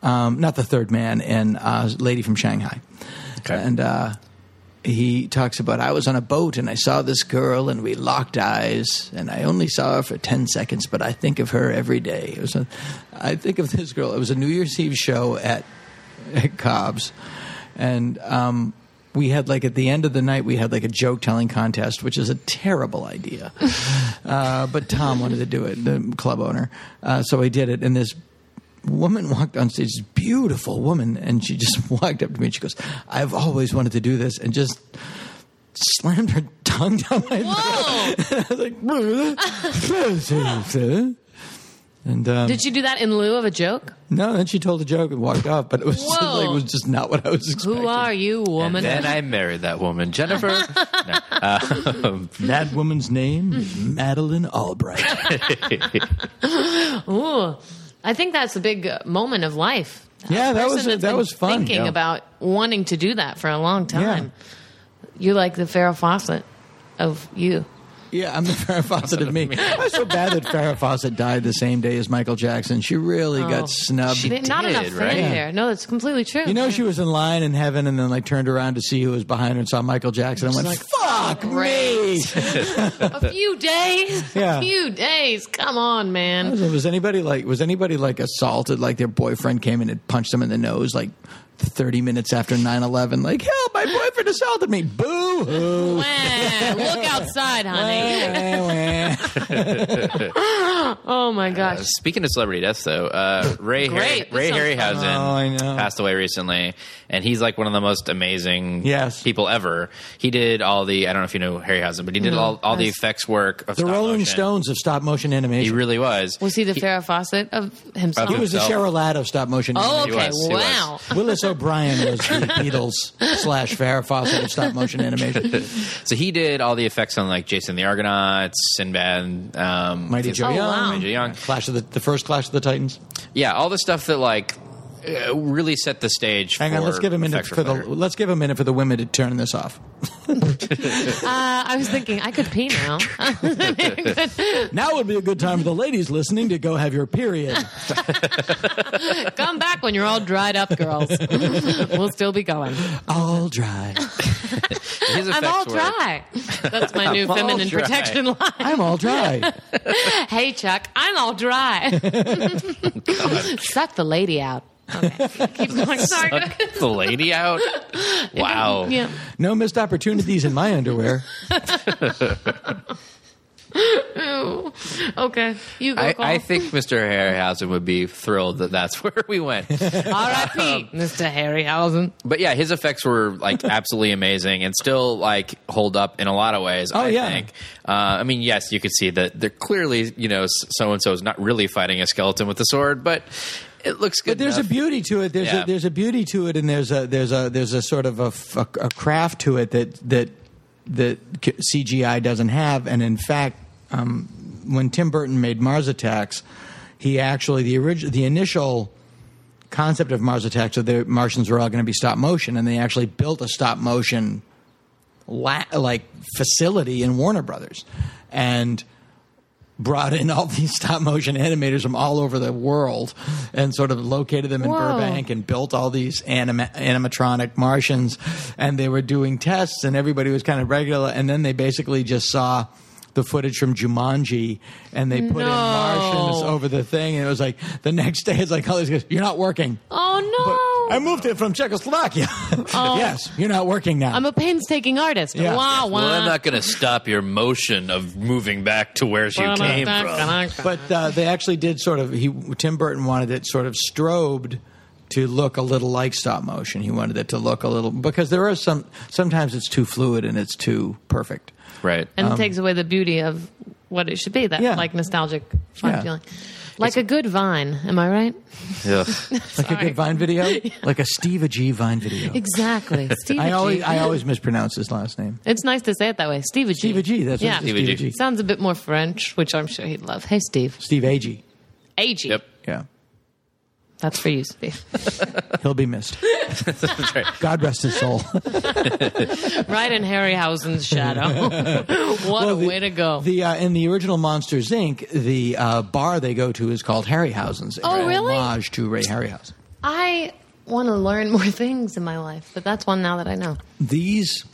Speaker 4: um, not the third man in uh, Lady from Shanghai
Speaker 2: Okay.
Speaker 4: and uh, he talks about I was on a boat and I saw this girl and we locked eyes and I only saw her for 10 seconds, but I think of her every day. It was a, I think of this girl. It was a New Year's Eve show at, at Cobb's. And um, we had like at the end of the night, we had like a joke telling contest, which is a terrible idea. uh, but Tom wanted to do it, the club owner. Uh, so he did it. And this woman walked on stage, this beautiful woman, and she just walked up to me and she goes, I've always wanted to do this, and just slammed her tongue down my throat.
Speaker 3: Whoa!
Speaker 4: I was like, And um,
Speaker 3: Did you do that in lieu of a joke?
Speaker 4: no, then she told a joke and walked off. But it was just
Speaker 3: Whoa.
Speaker 4: like it was just not what I was expecting.
Speaker 3: Who are you, woman?
Speaker 5: And I married that woman, Jennifer. No. Um,
Speaker 4: That woman's name is
Speaker 3: Mm-hmm.
Speaker 4: Madeline Albright.
Speaker 3: Ooh, I think that's a big uh, moment of life.
Speaker 4: Yeah,
Speaker 3: A
Speaker 4: that
Speaker 3: person
Speaker 4: was-
Speaker 3: that's
Speaker 4: that
Speaker 3: been
Speaker 4: was fun,
Speaker 3: Thinking
Speaker 4: yeah.
Speaker 3: about wanting to do that for a long time. You're like the Farrah Fawcett of you.
Speaker 4: yeah, I'm the Farrah Fawcett of me. I was so bad that Farrah Fawcett died the same day as Michael Jackson. She really
Speaker 3: Oh.
Speaker 4: got snubbed.
Speaker 5: She-
Speaker 3: They- Not
Speaker 5: did,
Speaker 3: enough
Speaker 5: right?
Speaker 3: fanfare. No, that's completely true.
Speaker 4: you know, she was in line in heaven and then like turned around to see who was behind her and saw Michael Jackson and went, "Fuck me!"
Speaker 3: great. a few days.
Speaker 4: Yeah.
Speaker 3: A few days. Come on, man.
Speaker 4: Was anybody like was anybody like assaulted? Like their boyfriend came in and punched them in the nose like 30 minutes after 9-11? Like help! My boyfriend assaulted me. Boo hoo!
Speaker 3: Wah, Look outside, honey.
Speaker 4: Wah, wah.
Speaker 3: Oh my gosh.
Speaker 2: uh, Speaking of celebrity deaths, though, uh, Ray Harry,
Speaker 3: Great. That
Speaker 2: Ray
Speaker 3: sounds
Speaker 2: Harryhausen
Speaker 4: fun. Oh, I know.
Speaker 2: passed away recently, and he's like one of the most amazing
Speaker 4: Yes.
Speaker 2: people ever. He did all the I don't know if you know Harryhausen, but he did all, all the effects work of
Speaker 4: The
Speaker 2: stop
Speaker 4: Rolling
Speaker 2: motion.
Speaker 4: Stones of stop motion
Speaker 2: He
Speaker 4: animation.
Speaker 2: really was.
Speaker 3: Was he the Farrah Fawcett of himself?
Speaker 2: Of
Speaker 4: He was the
Speaker 2: himself.
Speaker 4: Cheryl Ladd of stop motion
Speaker 3: oh,
Speaker 4: animation.
Speaker 2: He
Speaker 3: okay.
Speaker 2: was, he was.
Speaker 3: wow.
Speaker 4: Willis O'Brien was the Beatles slash Farrah Fawcett of stop motion animation.
Speaker 2: So he did all the effects on like Jason the Argonauts, Sinbad, um,
Speaker 4: Mighty Joe
Speaker 3: Oh,
Speaker 4: Young.
Speaker 3: wow.
Speaker 2: Major Young.
Speaker 4: Clash of the, the first Clash of the Titans.
Speaker 2: Yeah, all the stuff that like uh, really set the stage.
Speaker 4: Hang
Speaker 2: for
Speaker 4: on, let's give a minute
Speaker 2: effects
Speaker 4: for the
Speaker 2: later.
Speaker 4: let's give a minute for the women to turn this off.
Speaker 3: Uh, I was thinking I could pee now.
Speaker 4: Now would be a good time for the ladies listening to go have your period.
Speaker 3: Come back when you're all dried up, girls. we'll still be going.
Speaker 4: All dry.
Speaker 2: His
Speaker 3: I'm
Speaker 2: effects
Speaker 3: all
Speaker 2: were-
Speaker 3: dry. That's my new
Speaker 2: all
Speaker 3: feminine
Speaker 2: dry.
Speaker 3: protection line.
Speaker 4: I'm all dry.
Speaker 3: Hey, Chuck, I'm all dry. Suck the lady out. Okay. Keep going. Sorry.
Speaker 2: Suck the lady out. Wow.
Speaker 3: Yeah.
Speaker 4: No missed opportunities in my underwear.
Speaker 3: Ew. Okay. You go.
Speaker 2: I,
Speaker 3: Cole.
Speaker 2: I think Mr. Harryhausen would be thrilled that that's where we went.
Speaker 3: R.I.P. Mr. Harryhausen.
Speaker 2: But yeah, his effects were like absolutely amazing and still like hold up in a lot of ways. I
Speaker 4: Oh, yeah.
Speaker 2: think. Uh, I mean, yes, you could see that they're clearly you know so and so is not really fighting a skeleton with a sword, but it looks good.
Speaker 4: But there's a
Speaker 2: enough.
Speaker 4: beauty to it. There's
Speaker 2: Yeah.
Speaker 4: a there's a beauty to it, and there's a there's a there's a sort of a, f- a- a craft to it that that that c- CGI doesn't have. And in fact, um, when Tim Burton made Mars Attacks, he actually the original the initial concept of Mars Attacks so the Martians were all going to be stop motion, and they actually built a stop motion la- like facility in Warner Brothers, and brought in all these stop motion animators from all over the world and sort of located them in
Speaker 3: Whoa.
Speaker 4: Burbank and built all these anima- animatronic Martians and they were doing tests and everybody was kind of regular and then they basically just saw the footage from Jumanji and they put
Speaker 3: No.
Speaker 4: in Martians over the thing and it was like the next day it's like all these guys you're not working
Speaker 3: Oh no.
Speaker 4: I moved here from Czechoslovakia. yes, you're not working now.
Speaker 3: I'm a painstaking artist.
Speaker 4: Yeah.
Speaker 3: Wow, wow.
Speaker 5: well, I'm not going to stop your motion of moving back to where you came from.
Speaker 4: but uh, they actually did sort of. He Tim Burton wanted it sort of strobed to look a little like stop motion. He wanted it to look a little because there are some. Sometimes it's too fluid and it's too perfect.
Speaker 2: right.
Speaker 3: and it takes away the beauty of what it should be that
Speaker 4: um, Yeah.
Speaker 3: like nostalgic fun
Speaker 4: Yeah.
Speaker 3: feeling like a good vine am i right
Speaker 2: Ugh.
Speaker 4: Like a good Vine video, like a Steve G Vine video.
Speaker 3: exactly steve
Speaker 4: I
Speaker 3: G.
Speaker 4: always I always mispronounce his last name.
Speaker 3: it's nice to say it that way steve G.
Speaker 4: Steve G. That's
Speaker 3: yeah
Speaker 4: what it is, Steve
Speaker 2: Steve
Speaker 4: G.
Speaker 2: G.
Speaker 3: sounds a bit more french which i'm sure he'd love hey steve
Speaker 4: Steve Ag.
Speaker 3: ag
Speaker 2: Yep.
Speaker 4: Yeah,
Speaker 3: that's for you steve
Speaker 4: he'll be missed. God rest his soul.
Speaker 3: right in harryhausen's shadow what a
Speaker 4: Well, the-
Speaker 3: way to go
Speaker 4: The uh, in the original Monsters Inc., the uh, bar they go to is called Harryhausen's.
Speaker 3: Oh,
Speaker 4: in
Speaker 3: really?
Speaker 4: Homage to Ray Harryhausen.
Speaker 3: i want to learn more things in my life but that's one now that i know
Speaker 4: These,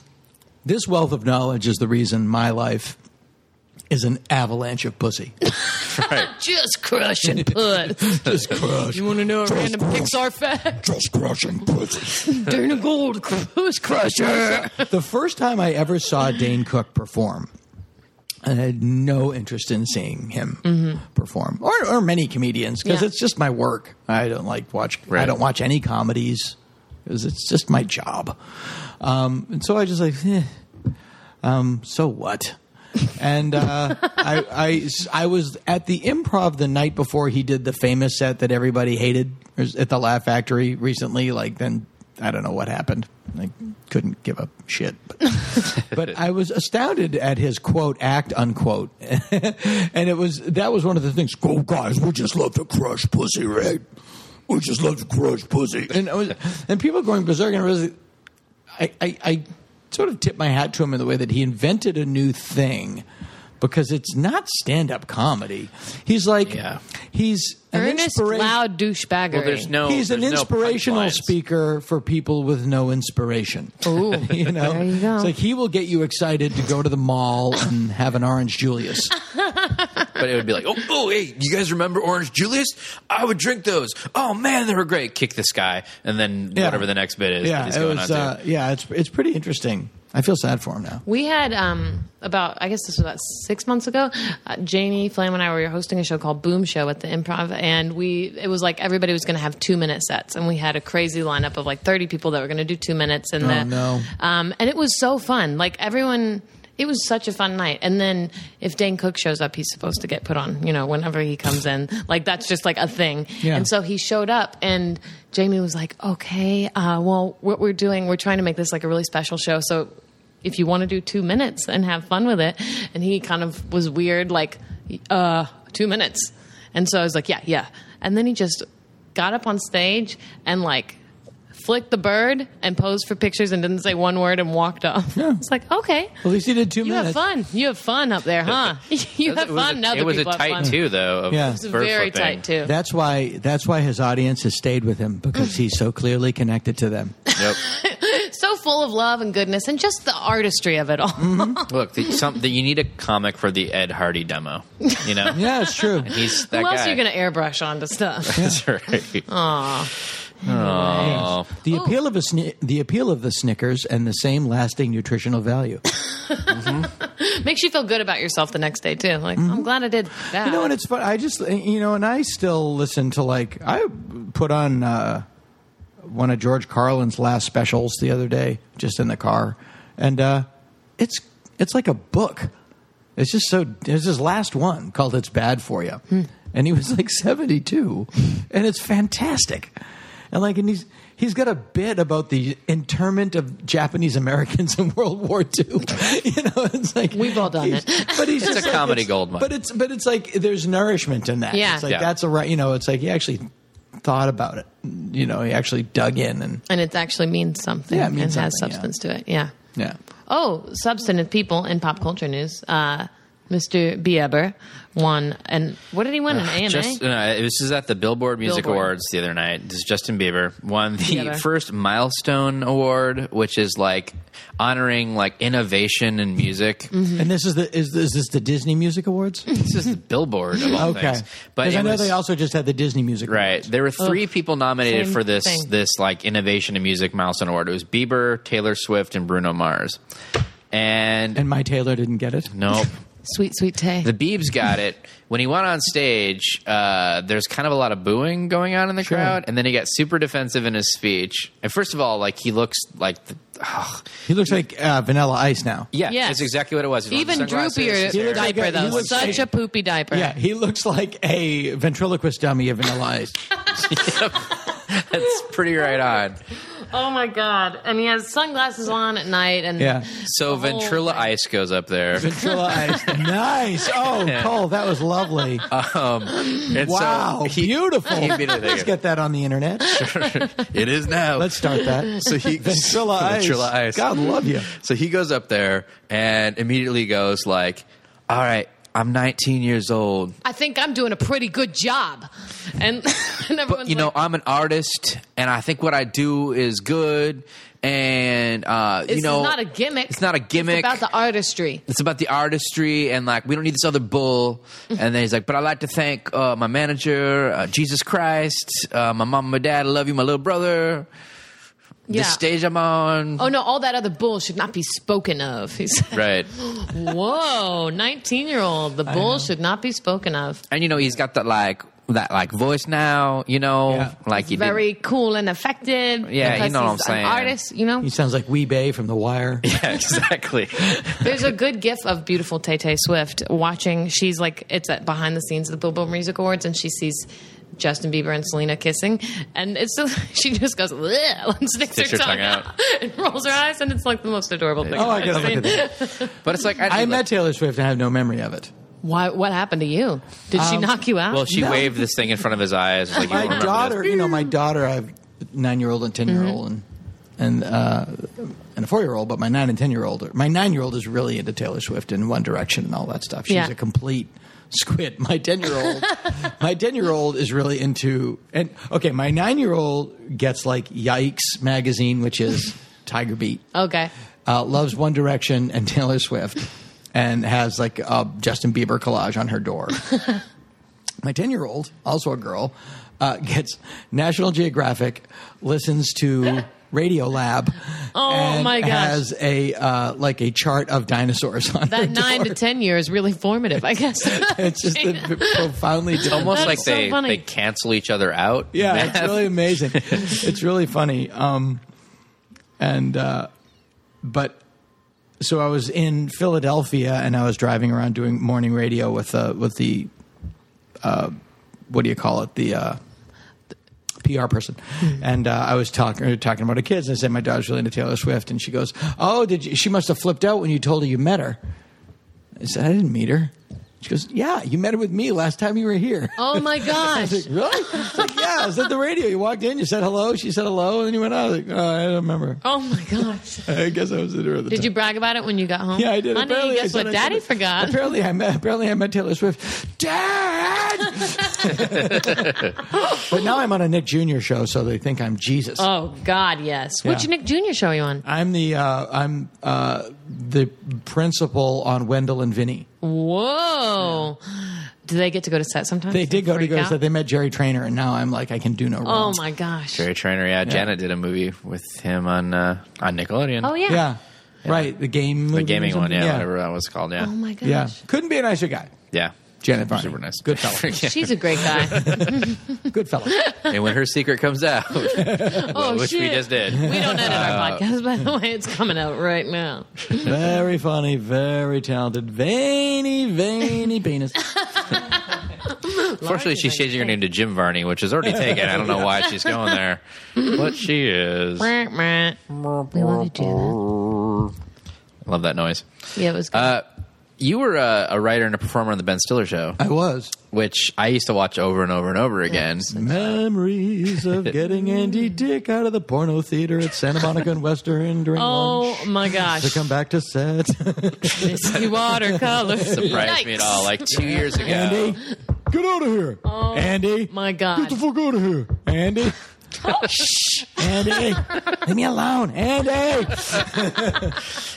Speaker 4: this wealth of knowledge is the reason my life is an avalanche of pussy.
Speaker 3: just crush and put
Speaker 4: Just crush.
Speaker 3: you want to know a random pixar fact
Speaker 4: Just crushing pussy.
Speaker 3: dana gold who's crusher
Speaker 4: the first time I ever saw Dane Cook perform, I had no interest in seeing him perform, or, or many comedians, because
Speaker 3: Mm-hmm. Yeah.
Speaker 4: it's just my work. I don't like watch. I
Speaker 2: Right.
Speaker 4: don't watch any comedies because it's just my job. Um, and so I just like, eh, um, so what? And uh, I, I, I was at the improv the night before he did the famous set that everybody hated at the Laugh Factory recently. Like, then I don't know what happened. I couldn't give a shit. But, but I was astounded at his quote, act, unquote. and it was, that was one of the things. Go, guys, we just love to crush pussy, right? We just love to crush pussy. And, I was, and people going berserk. And I was, I, I, I sort of tip my hat to him in the way that he invented a new thing because it's not stand up comedy. He's like,
Speaker 2: Yeah.
Speaker 4: he's an
Speaker 3: Earnest,
Speaker 4: inspira-
Speaker 3: loud douchebaggery.
Speaker 2: Well, there's no.
Speaker 4: He's an
Speaker 2: there's no
Speaker 4: inspirational
Speaker 2: punchlines.
Speaker 4: speaker for people with no inspiration.
Speaker 3: Ooh.
Speaker 4: You know,
Speaker 3: There you go.
Speaker 4: it's like he will get you excited to go to the mall and have an orange Julius.
Speaker 2: But it would be like, oh, oh, hey, you guys remember Orange Julius? I would drink those. Oh man, they were great. Kick this guy, and then
Speaker 4: Yeah.
Speaker 2: whatever the next bit is. that
Speaker 4: yeah,
Speaker 2: he's
Speaker 4: it
Speaker 2: going
Speaker 4: was.
Speaker 2: on to.
Speaker 4: Uh, yeah, it's it's pretty interesting. I feel sad for him now.
Speaker 3: We had um, about, I guess this was about six months ago. Uh, Jamie Flam and I were hosting a show called Boom Show at the Improv, and we it was like everybody was going to have two minute sets, and we had a crazy lineup of like thirty people that were going to do two minutes, and
Speaker 4: Oh,
Speaker 3: the,
Speaker 4: no.
Speaker 3: um, and it was so fun. Like everyone, it was such a fun night. And then if Dane Cook shows up, he's supposed to get put on. You know, whenever he comes in, like that's just like a thing.
Speaker 4: Yeah.
Speaker 3: And so he showed up, and Jamie was like, "Okay, uh, well, what we're doing, we're trying to make this like a really special show, so." If you want to do two minutes and have fun with it, and he kind of was weird, like, uh, two minutes. And so I was like, yeah, yeah. And then he just got up on stage and like flicked the bird and posed for pictures and didn't say one word and walked off.
Speaker 4: Yeah.
Speaker 3: It's like, okay.
Speaker 4: At least he did two
Speaker 3: You have
Speaker 4: minutes.
Speaker 3: fun. You have fun up there, huh? you
Speaker 2: It was-
Speaker 3: have
Speaker 2: it was
Speaker 3: fun.
Speaker 2: a-
Speaker 3: now
Speaker 2: It was a tight two though. Of
Speaker 4: Yeah. It
Speaker 2: yeah,
Speaker 4: was
Speaker 3: It's very tight too.
Speaker 4: That's why. That's why his audience has stayed with him because he's so clearly connected to them.
Speaker 2: Yep.
Speaker 3: so full of love and goodness and just the artistry of it all.
Speaker 4: Mm-hmm.
Speaker 2: Look, the, some, the, you need a comic for the Ed Hardy demo. You know,
Speaker 4: Yeah, it's true.
Speaker 2: he's that
Speaker 3: Who else
Speaker 2: guy.
Speaker 3: are you going to airbrush onto stuff?
Speaker 2: That's right. Aww.
Speaker 4: The
Speaker 3: Oh.
Speaker 4: appeal of a sni- the appeal of the Snickers and the same lasting nutritional value.
Speaker 3: Makes you feel good about yourself the next day too. Like I'm glad I did that.
Speaker 4: Mm-hmm. You know, and it's fun. I just you know, and I still listen to like I put on uh, one of George Carlin's last specials the other day, just in the car, and uh, it's it's like a book. It's just so. There's his last one called "It's Bad for You," and he was like 72, and it's fantastic. And like, and he's he's got a bit about the interment of Japanese Americans in World War II. you know, it's like
Speaker 3: We've all done
Speaker 4: he's-
Speaker 3: it.
Speaker 4: But he's
Speaker 2: It's
Speaker 4: just
Speaker 2: a
Speaker 4: like,
Speaker 2: comedy
Speaker 4: it's-
Speaker 2: goldmine.
Speaker 4: But it's but it's like there's nourishment in that.
Speaker 3: Yeah.
Speaker 4: It's like
Speaker 2: Yeah.
Speaker 4: that's a right. You know, it's like he actually thought about it. You know, he actually dug in and
Speaker 3: and it actually means something
Speaker 4: Yeah, it means
Speaker 3: and has
Speaker 4: something, yeah.
Speaker 3: substance to it. Yeah.
Speaker 4: yeah.
Speaker 3: Oh, substantive people in pop culture news. Uh, Mr. Bieber won, and what did he win? An AMA?
Speaker 2: Uh, Just, no, this is at the Billboard Music
Speaker 3: Billboard.
Speaker 2: Awards the other night. This is Justin Bieber won the
Speaker 3: Together.
Speaker 2: first Milestone Award, which is like honoring like innovation in music.
Speaker 3: Mm-hmm.
Speaker 4: And this is the is, is this the Disney Music Awards?
Speaker 2: This is the Billboard of all
Speaker 4: okay,
Speaker 2: things. But
Speaker 4: because I
Speaker 2: it
Speaker 4: know
Speaker 2: was-
Speaker 4: they also just had the Disney Music
Speaker 2: Right.
Speaker 4: Awards.
Speaker 2: There were three people nominated
Speaker 3: Same
Speaker 2: for this
Speaker 3: thing.
Speaker 2: this like innovation in music milestone award. It was Bieber, Taylor Swift, and Bruno Mars. And,
Speaker 4: And my Taylor didn't get it.
Speaker 2: nope.
Speaker 3: Sweet, sweet Tay.
Speaker 2: The Biebs got it. When he went on stage, uh, there's kind of a lot of booing going on in the crowd, and then he got super defensive in his speech. And first of all, like he looks like, the, oh,
Speaker 4: He looks like uh, Vanilla Ice now.
Speaker 2: yeah,
Speaker 3: Yes.
Speaker 2: that's exactly what it was. He was
Speaker 3: Even
Speaker 2: wearing sunglasses,
Speaker 3: droopier
Speaker 2: his hair-
Speaker 4: looks like
Speaker 3: diaper,
Speaker 4: a- he
Speaker 3: though.
Speaker 4: looks
Speaker 3: Such
Speaker 4: like-
Speaker 3: a poopy diaper.
Speaker 4: Yeah, he looks like a ventriloquist dummy of Vanilla Ice.
Speaker 2: That's pretty right on.
Speaker 3: Oh my god! And he has sunglasses on at night, and
Speaker 4: Yeah.
Speaker 2: So
Speaker 3: The whole
Speaker 2: Ventrilla
Speaker 3: thing.
Speaker 2: Ice goes up there.
Speaker 4: Vanilla Ice. Nice. Oh, Cole, that was lovely.
Speaker 2: And Uh, so
Speaker 4: wow.
Speaker 2: he-
Speaker 4: beautiful.
Speaker 2: he beat it
Speaker 4: Let's
Speaker 2: again.
Speaker 4: get that on the internet.
Speaker 2: it is now.
Speaker 4: Let's start that.
Speaker 2: so he
Speaker 4: Vanilla Ice.
Speaker 2: Ventrilla Ice.
Speaker 4: God love you.
Speaker 2: So he goes up there and immediately goes like, "All right, I'm 19 years old.
Speaker 3: I think I'm doing a pretty good job. And, and everyone's
Speaker 2: you know,
Speaker 3: like,
Speaker 2: I'm an artist, and I think what I do is good. And uh,
Speaker 3: "This
Speaker 2: you know,
Speaker 3: is not a gimmick.
Speaker 2: It's not a gimmick.
Speaker 3: It's about the artistry."
Speaker 2: it's about the artistry and like we don't need this other bull
Speaker 3: Mm-hmm.
Speaker 2: and then he's like but i'd like to thank uh, my manager uh, jesus christ uh, my mom and my dad i love you my little brother
Speaker 3: Yeah.
Speaker 2: the stage i'm on
Speaker 3: Oh no! All that other bull should not be spoken of. He said,
Speaker 2: right
Speaker 3: "Whoa, nineteen-year-old, the bull should not be spoken of."
Speaker 2: and you know he's got that like that like voice now, you know,
Speaker 4: Yeah.
Speaker 2: like he did-
Speaker 3: Very cool and effective.
Speaker 2: Yeah, you
Speaker 3: because
Speaker 2: know what
Speaker 3: he's
Speaker 2: I'm saying.
Speaker 3: An artist, you know.
Speaker 4: He sounds like Wee Bay from The Wire.
Speaker 2: Yeah, exactly.
Speaker 3: There's a good gif of beautiful Tay Tay Swift watching. She's like, it's at behind the scenes of the Billboard Music Awards, and she sees Justin Bieber and Selena kissing, and it's she just goes, "Ugh," and sticks
Speaker 2: Sticks
Speaker 3: her
Speaker 2: her
Speaker 3: tongue,
Speaker 2: tongue
Speaker 3: out. and rolls her eyes, and it's like the most adorable thing.
Speaker 4: Oh, I
Speaker 3: I've
Speaker 4: gotta look
Speaker 3: seen.
Speaker 4: at that.
Speaker 2: But it's like I,
Speaker 4: I
Speaker 2: like-
Speaker 4: met Taylor Swift and I have no memory of it.
Speaker 3: Why? What happened to you? Did
Speaker 4: Um,
Speaker 3: she knock you out?
Speaker 2: Well, she
Speaker 4: No.
Speaker 2: waved this thing in front of his eyes. Like, you don't
Speaker 4: my
Speaker 2: remember
Speaker 4: daughter,
Speaker 2: this.
Speaker 4: you know, my daughter, I have a nine year old and ten year old
Speaker 2: Mm-hmm.
Speaker 4: and and uh, and a four year old, but my nine and ten year old, my nine year old is really into Taylor Swift and One Direction and all that stuff. She's
Speaker 3: Yeah.
Speaker 4: a complete squid. My ten year old, my ten year old is really into and okay, my nine year old gets like Yikes magazine, which is Tiger Beat
Speaker 3: okay.
Speaker 4: uh, loves One Direction and Taylor Swift, and has like a Justin Bieber collage on her door. My ten year old, also a girl, uh, gets National Geographic, listens to Radio Lab.
Speaker 3: Oh,
Speaker 4: and
Speaker 3: my gosh.
Speaker 4: Has a uh, like a chart of dinosaurs on her
Speaker 3: That nine
Speaker 4: door.
Speaker 3: to ten year is really formative, I guess.
Speaker 4: It's just a profoundly different
Speaker 2: Almost
Speaker 3: That's
Speaker 2: like
Speaker 3: so
Speaker 2: they,
Speaker 3: funny.
Speaker 2: they cancel each other out.
Speaker 4: Yeah,
Speaker 2: Math.
Speaker 4: it's really amazing. it's really funny. Um, and uh, but so I was in Philadelphia and I was driving around doing morning radio with uh, with the uh, what do you call it the uh, PR person, and uh, I was talking uh, talking about her kids and I said my daughter's really into Taylor Swift and she goes, oh, did you? She must have flipped out when you told her you met her. I said I didn't meet her. She goes, yeah, you met her with me last time you were here.
Speaker 3: oh my gosh!
Speaker 4: I was like, really? She's like, yeah, I was at the radio. You walked in, you said hello, she said hello, and then you went out. I was like, oh, I don't remember.
Speaker 3: Oh my gosh!
Speaker 4: I guess I was at her at the
Speaker 3: Did
Speaker 4: time.
Speaker 3: you brag about it when you got home?
Speaker 4: Yeah, I did.
Speaker 3: Honey,
Speaker 4: apparently,
Speaker 3: guess
Speaker 4: I said-
Speaker 3: what?
Speaker 4: I
Speaker 3: Daddy
Speaker 4: said-
Speaker 3: forgot.
Speaker 4: Apparently, I met. Apparently, I met Taylor Swift. Dad. but now I'm on a Nick Jr. show, so they think I'm Jesus.
Speaker 3: Oh God, yes. Which
Speaker 4: Yeah.
Speaker 3: Nick Jr. show are you on?
Speaker 4: I'm the uh, I'm uh, the principal on Wendell and Vinny.
Speaker 3: Whoa. Do they get to go to set sometimes?
Speaker 4: They did go to
Speaker 3: Freak
Speaker 4: go.
Speaker 3: out?
Speaker 4: So they met Jerry Trainer, and now I'm like I can do no
Speaker 3: Oh
Speaker 4: wrong.
Speaker 3: my gosh.
Speaker 2: Jerry Trainer. Yeah, Janet did a movie with him on uh, on Nickelodeon.
Speaker 3: Oh yeah.
Speaker 4: Yeah. Right. The game.
Speaker 2: the gaming one. Yeah, whatever that was called. Yeah,
Speaker 3: Oh my gosh.
Speaker 4: Yeah. Couldn't be a nicer guy.
Speaker 2: yeah.
Speaker 4: Janet Varney.
Speaker 2: Super nice.
Speaker 4: Good fellow.
Speaker 3: She's a great guy.
Speaker 4: Good fellow.
Speaker 2: and when her secret comes out,
Speaker 3: oh
Speaker 2: which
Speaker 3: shit.
Speaker 2: we just did. Uh,
Speaker 3: We don't edit our podcast, by the way. It's coming out right now.
Speaker 4: very funny, very talented, veiny, veiny penis.
Speaker 2: Fortunately, she's changing her name to Jim Varney, which is already taken. I don't know why she's going there, but she is.
Speaker 3: Meh, meh. we love you, Janet.
Speaker 2: Love that noise.
Speaker 3: Yeah, it was good.
Speaker 2: Uh, you were uh, a, a writer and a performer on the Ben Stiller show,
Speaker 4: I was.
Speaker 2: which I used to watch over and over and over again.
Speaker 4: Memories of getting Andy Dick out of the porno theater at Santa Monica and Western during lunch
Speaker 3: oh my
Speaker 4: to
Speaker 3: gosh.
Speaker 4: come back to set.
Speaker 3: Misty watercolor.
Speaker 2: Surprised me at all. Like two years ago,
Speaker 4: Andy, get out of here. Andy,
Speaker 3: Oh, My Oh,
Speaker 4: get
Speaker 3: God.
Speaker 4: the fuck out of here. Andy. Andy, leave me alone. Andy.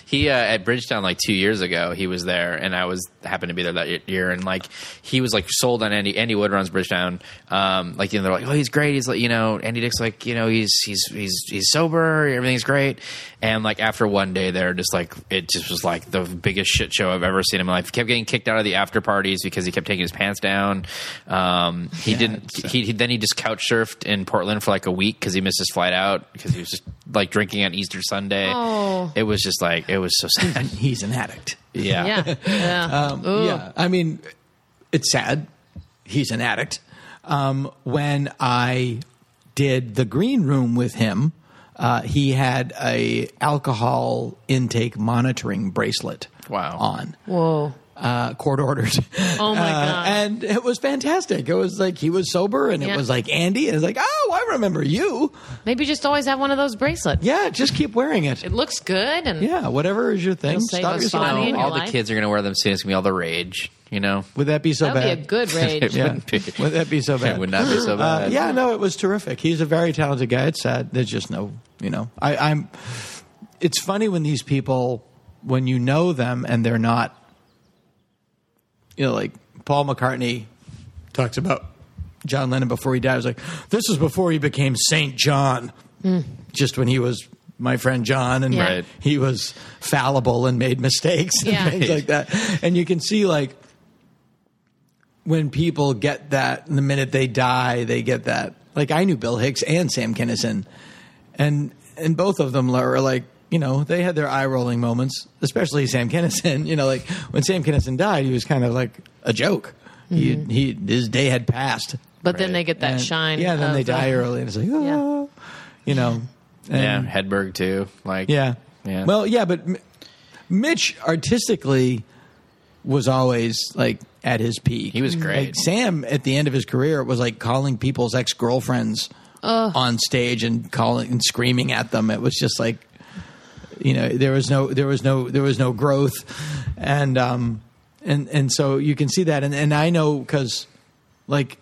Speaker 2: he uh, at Bridgetown like two years ago. He was there, and I was happened to be there that y- year. And like he was like sold on Andy. Andy Wood runs Bridgetown. Um, like you know, they're like, oh, he's great. He's like, you know, Andy Dick's like, you know, he's he's he's he's sober. Everything's great. And like after one day there, just like it just was like the biggest shit show I've ever seen in my life. He kept getting kicked out of the after parties because he kept taking his pants down. Um, he didn't. He, he then he just couch surfed in Portland for like a week because he missed his flight out because he was just like drinking on Easter Sunday
Speaker 3: Oh.
Speaker 2: it was just like it was so sad.
Speaker 4: He's an addict.
Speaker 2: yeah.
Speaker 3: Yeah. Yeah.
Speaker 4: Um,
Speaker 3: Ooh.
Speaker 4: Yeah, I mean, it's sad. He's an addict. Um, when I did the green room with him, uh, he had a alcohol intake monitoring bracelet.
Speaker 2: Wow.
Speaker 4: On
Speaker 3: Whoa.
Speaker 4: uh, court ordered.
Speaker 3: Oh, my
Speaker 4: Uh,
Speaker 3: God.
Speaker 4: and it was fantastic. It was like he was sober, and
Speaker 3: Yeah.
Speaker 4: it was like Andy. And it's like, oh, I remember you.
Speaker 3: Maybe just always have one of those bracelets.
Speaker 4: Yeah, just keep wearing it.
Speaker 3: It looks good and
Speaker 4: Yeah, whatever is your thing.
Speaker 3: It'll save
Speaker 4: Stop
Speaker 3: us
Speaker 2: You
Speaker 4: yourself.
Speaker 3: money.
Speaker 2: know,
Speaker 3: in your
Speaker 2: all the
Speaker 3: life.
Speaker 2: kids are gonna wear them soon. It's gonna be all the rage. You know,
Speaker 4: Would that be so
Speaker 3: that would
Speaker 4: bad?
Speaker 3: be a good rage.
Speaker 2: It
Speaker 4: Yeah.
Speaker 2: wouldn't be.
Speaker 4: Would that be so bad?
Speaker 2: it would not be so
Speaker 4: Uh,
Speaker 2: bad.
Speaker 4: yeah, no, it was terrific. He's a very talented guy. It's sad. There's just no, you know, I, I'm. It's funny when these people, when you know them and they're not, you know, like Paul McCartney talks about John Lennon before he died. I was like, this is before he became Saint John. Just when he was my friend John, and
Speaker 3: Mm. Yeah. Right.
Speaker 4: he was fallible and made mistakes
Speaker 3: Yeah.
Speaker 4: and things like that. And you can see like when people get that the minute they die, they get that. Like I knew Bill Hicks and Sam Kinison, and and both of them are like you know they had their eye rolling moments, especially Sam Kinison. You know, like when Sam Kinison died, he was kind of like a joke. He, he his day had passed.
Speaker 3: But then they get Mm-hmm. that
Speaker 4: And-
Speaker 3: shine.
Speaker 4: Yeah, then
Speaker 3: of uh,
Speaker 4: they
Speaker 3: the-
Speaker 4: die early, and it's like oh, you know, and-
Speaker 2: yeah, Hedberg too. Like
Speaker 4: yeah.
Speaker 2: Yeah.
Speaker 4: Well, yeah, but M- Mitch artistically was always like at his peak.
Speaker 2: He was great.
Speaker 4: Like, Sam at the end of his career was like calling people's ex girlfriends on stage and calling and screaming at them. It was just like you know there was no there was no there was no growth, and um and and so you can see that and and I know because like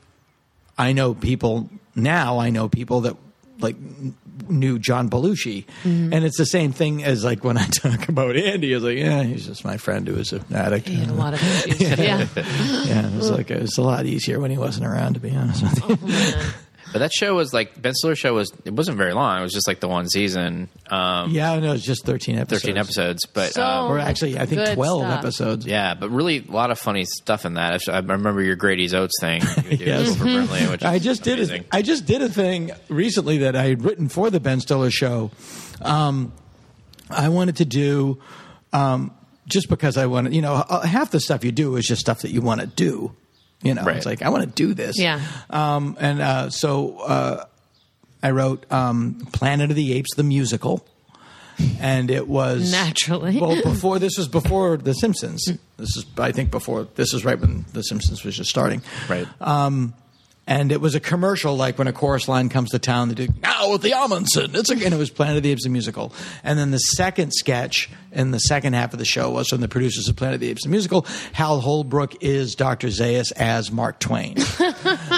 Speaker 4: I know people now. I know people that like n- knew John Belushi,
Speaker 3: Mm-hmm.
Speaker 4: and it's the same thing as like when I talk about Andy. It's like, yeah, he's just my friend who was an addict.
Speaker 3: He had a lot of issues. yeah.
Speaker 4: yeah, it was like it was a lot easier when he wasn't around. To be honest with you,
Speaker 2: But that show was like Ben Stiller's show was it wasn't very long. It was just like the one season, um,
Speaker 4: yeah, no, it's just thirteen episodes.
Speaker 2: thirteen episodes. But
Speaker 3: So
Speaker 2: um,
Speaker 4: Uh, or actually, I think
Speaker 3: Good
Speaker 4: twelve
Speaker 3: stuff.
Speaker 4: episodes.
Speaker 2: yeah, but really a lot of funny stuff in that. I I remember your Grady's Oats thing. You do
Speaker 4: Yes.
Speaker 2: over Burnley, which
Speaker 4: I
Speaker 2: is
Speaker 4: just
Speaker 2: amazing.
Speaker 4: did. A, I just did a thing recently that I had written for the Ben Stiller show. Um, I wanted to do um, just because I wanted. You know, h- half the stuff you do is just stuff that you want to do. You know,
Speaker 2: Right.
Speaker 4: it's like I want to do this.
Speaker 3: Yeah.
Speaker 4: Um, and uh, so uh, I wrote um, Planet of the Apes the musical, and it was
Speaker 3: Naturally. Hmm.
Speaker 4: well before this was before The Simpsons. This is I think before this is right when The Simpsons was just starting
Speaker 2: right.
Speaker 4: um, and it was a commercial like when a chorus line comes to town they do now with the amundsen it's again it was planet of the apes the musical and then the second sketch in the second half of the show was from the producers of planet of the apes the musical hal holbrook is dr zayas as mark twain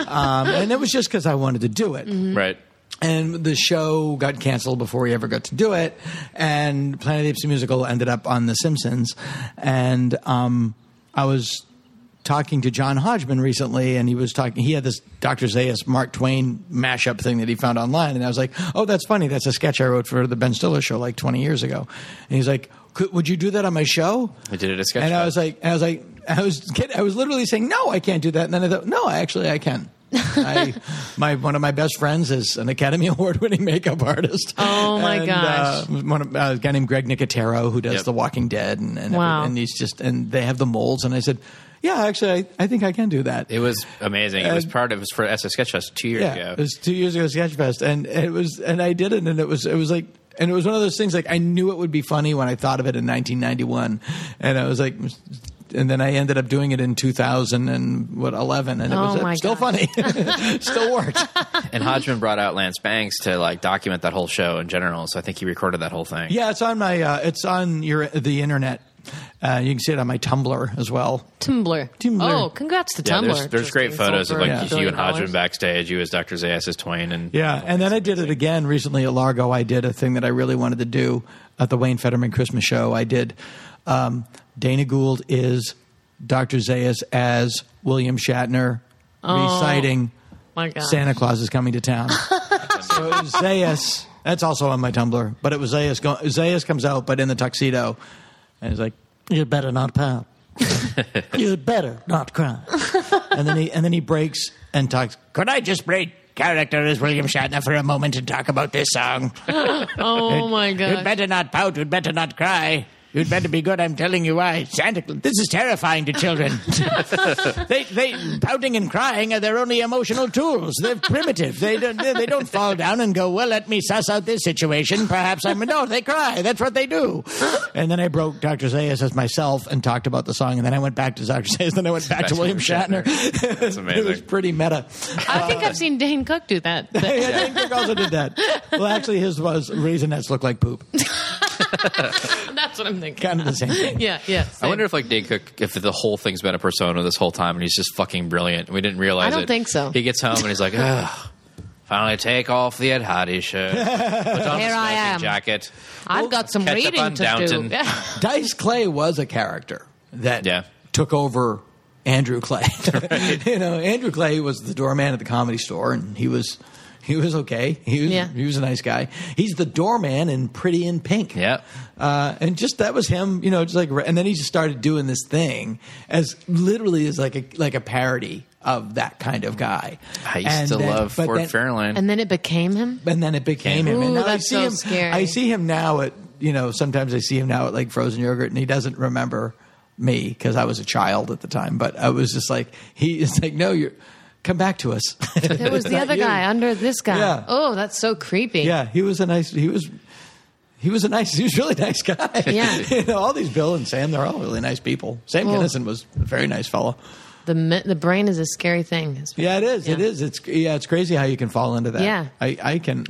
Speaker 4: um, and it was just because i wanted to do it
Speaker 2: right.
Speaker 4: and the show got canceled before he ever got to do it and planet of the apes the musical ended up on the simpsons and um, i was talking to john hodgman recently and he was talking he had this dr zayas mark twain mashup thing that he found online and i was like oh that's funny that's a sketch i wrote for the ben stiller show like 20 years ago and he's like Could, would you do that on my show
Speaker 2: I did it at sketch.
Speaker 4: and I was like, I was like, I was kid, I was literally saying, no, I can't do that. And then I thought, no, I actually I can. I, my one of my best friends is an Academy Award winning makeup artist.
Speaker 3: Oh, my
Speaker 4: And,
Speaker 3: gosh.
Speaker 4: Uh, one of, uh, a guy named Greg Nicotero who does
Speaker 2: Yep.
Speaker 4: The Walking Dead, and and,
Speaker 3: Wow.
Speaker 4: and he's just and they have the molds. And I said, yeah, actually, I, I think I can do that.
Speaker 2: it was amazing. it was
Speaker 4: And-
Speaker 2: part of it was for SS Sketchfest two years
Speaker 4: yeah,
Speaker 2: ago.
Speaker 4: it was two years ago at Sketchfest, and it was and I did it, and it was it was like. And it was one of those things like I knew it would be funny when I thought of it in 1991, and I was like, and then I ended up doing it in 2000 and what 11, and it
Speaker 3: Oh
Speaker 4: was
Speaker 3: my
Speaker 4: it's still
Speaker 3: gosh.
Speaker 4: funny, still worked.
Speaker 2: and Hodgman brought out Lance Banks to like document that whole show in general. So I think he recorded that whole thing.
Speaker 4: Yeah, it's on my uh, it's on your the internet. Uh, you can see it on my Tumblr as well.
Speaker 3: Tumblr.
Speaker 4: Tumblr.
Speaker 3: Oh, congrats to
Speaker 2: Yeah,
Speaker 3: Tumblr.
Speaker 2: there's, there's
Speaker 3: Just
Speaker 2: great
Speaker 3: being
Speaker 2: photos of
Speaker 3: sold
Speaker 2: like
Speaker 3: for
Speaker 4: Yeah.
Speaker 3: a
Speaker 2: you
Speaker 3: billion
Speaker 2: and Hodgman
Speaker 3: dollars.
Speaker 2: backstage, you as Dr. Zayas as Twain, and
Speaker 4: Yeah, and then I did it again recently at Largo. I did a thing that I really wanted to do at the Wayne Fetterman Christmas show. I did um, Dana Gould is Dr. Zayas as William Shatner reciting
Speaker 3: My God.
Speaker 4: Santa Claus is coming to town. so it was Zayas. That's also on my Tumblr, but it was Zayas. Go- Zayas comes out, but in the tuxedo, and he's like, "You better not pout. you better not cry." and then he and then he breaks and talks. Could I just break character as William Shatner for a moment and talk about this song?
Speaker 3: Oh my
Speaker 4: You'd
Speaker 3: God.
Speaker 4: better not pout. You'd better not cry. You'd better be good. I'm telling you why. Santa, Cla- this is terrifying to children. they, they, pouting and crying are their only emotional tools. They're primitive. They don't, they they don't fall down and go, well, let me suss out this situation. Perhaps I'm, no, they cry. That's what they do. And then I broke Dr. Zayas as myself and talked about the song. And then I went back to Dr. Zayas. Then I went back to William Shatner.
Speaker 2: That's amazing.
Speaker 4: it was pretty meta.
Speaker 3: I think I've seen Dane Cook do that.
Speaker 4: I think Kirk also did that. Well, actually, his was raisinets look like poop.
Speaker 3: That's what I'm thinking.
Speaker 4: Kind of the same thing.
Speaker 3: Yeah, yeah.
Speaker 2: I
Speaker 3: same.
Speaker 2: wonder if like Dane Cook, if the whole thing's been a persona this whole time, and he's just fucking brilliant. and We didn't realize.
Speaker 3: I don't
Speaker 2: it.
Speaker 3: think so.
Speaker 2: He gets home and he's like, ugh. Finally, take off the Ed Hardy shirt. Put on the
Speaker 3: Here I
Speaker 2: smoking
Speaker 3: am.
Speaker 2: jacket.
Speaker 3: I've got some
Speaker 2: Catch up
Speaker 3: reading
Speaker 2: on
Speaker 3: to
Speaker 2: Downton.
Speaker 3: do. Yeah.
Speaker 4: Dice Clay was a character that
Speaker 2: Yeah.
Speaker 4: took over Andrew Clay. you know, Andrew Clay was the doorman at the comedy store, and he was He was okay. He was
Speaker 3: Yeah.
Speaker 4: he was a nice guy. He's the doorman in Pretty in Pink.
Speaker 2: Yep.
Speaker 4: Uh, and just that was him, you know, just like and then he just started doing this thing as literally as like a like a parody of that kind of guy.
Speaker 2: I used
Speaker 4: And
Speaker 2: to
Speaker 4: then-
Speaker 2: love
Speaker 4: but
Speaker 2: Ford
Speaker 4: then-
Speaker 2: Fairlane.
Speaker 3: And then it became him.
Speaker 4: and then it became him. And
Speaker 3: Ooh,
Speaker 4: now I
Speaker 3: that's
Speaker 4: see
Speaker 3: so
Speaker 4: him,
Speaker 3: scary.
Speaker 4: I see him now at you know sometimes I see him now at like frozen yogurt, and he doesn't remember me because I was a child at the time. But I was just like he is like no, you come back to us.
Speaker 3: There was
Speaker 4: It's
Speaker 3: the
Speaker 4: not
Speaker 3: other
Speaker 4: you.
Speaker 3: guy under this guy.
Speaker 4: Yeah.
Speaker 3: Oh, that's so creepy.
Speaker 4: Yeah, he was a nice. He was. He was a nice. He was a really nice guy.
Speaker 3: Yeah.
Speaker 4: you know, all these Bill and Sam, they're all really nice people. Sam
Speaker 3: Well-
Speaker 4: Kinison was a very nice fellow.
Speaker 3: The me- the brain is a scary thing.
Speaker 4: Yeah, it is. It
Speaker 3: Yeah.
Speaker 4: is. It's yeah. It's crazy how you can fall into that.
Speaker 3: Yeah.
Speaker 4: I, I can,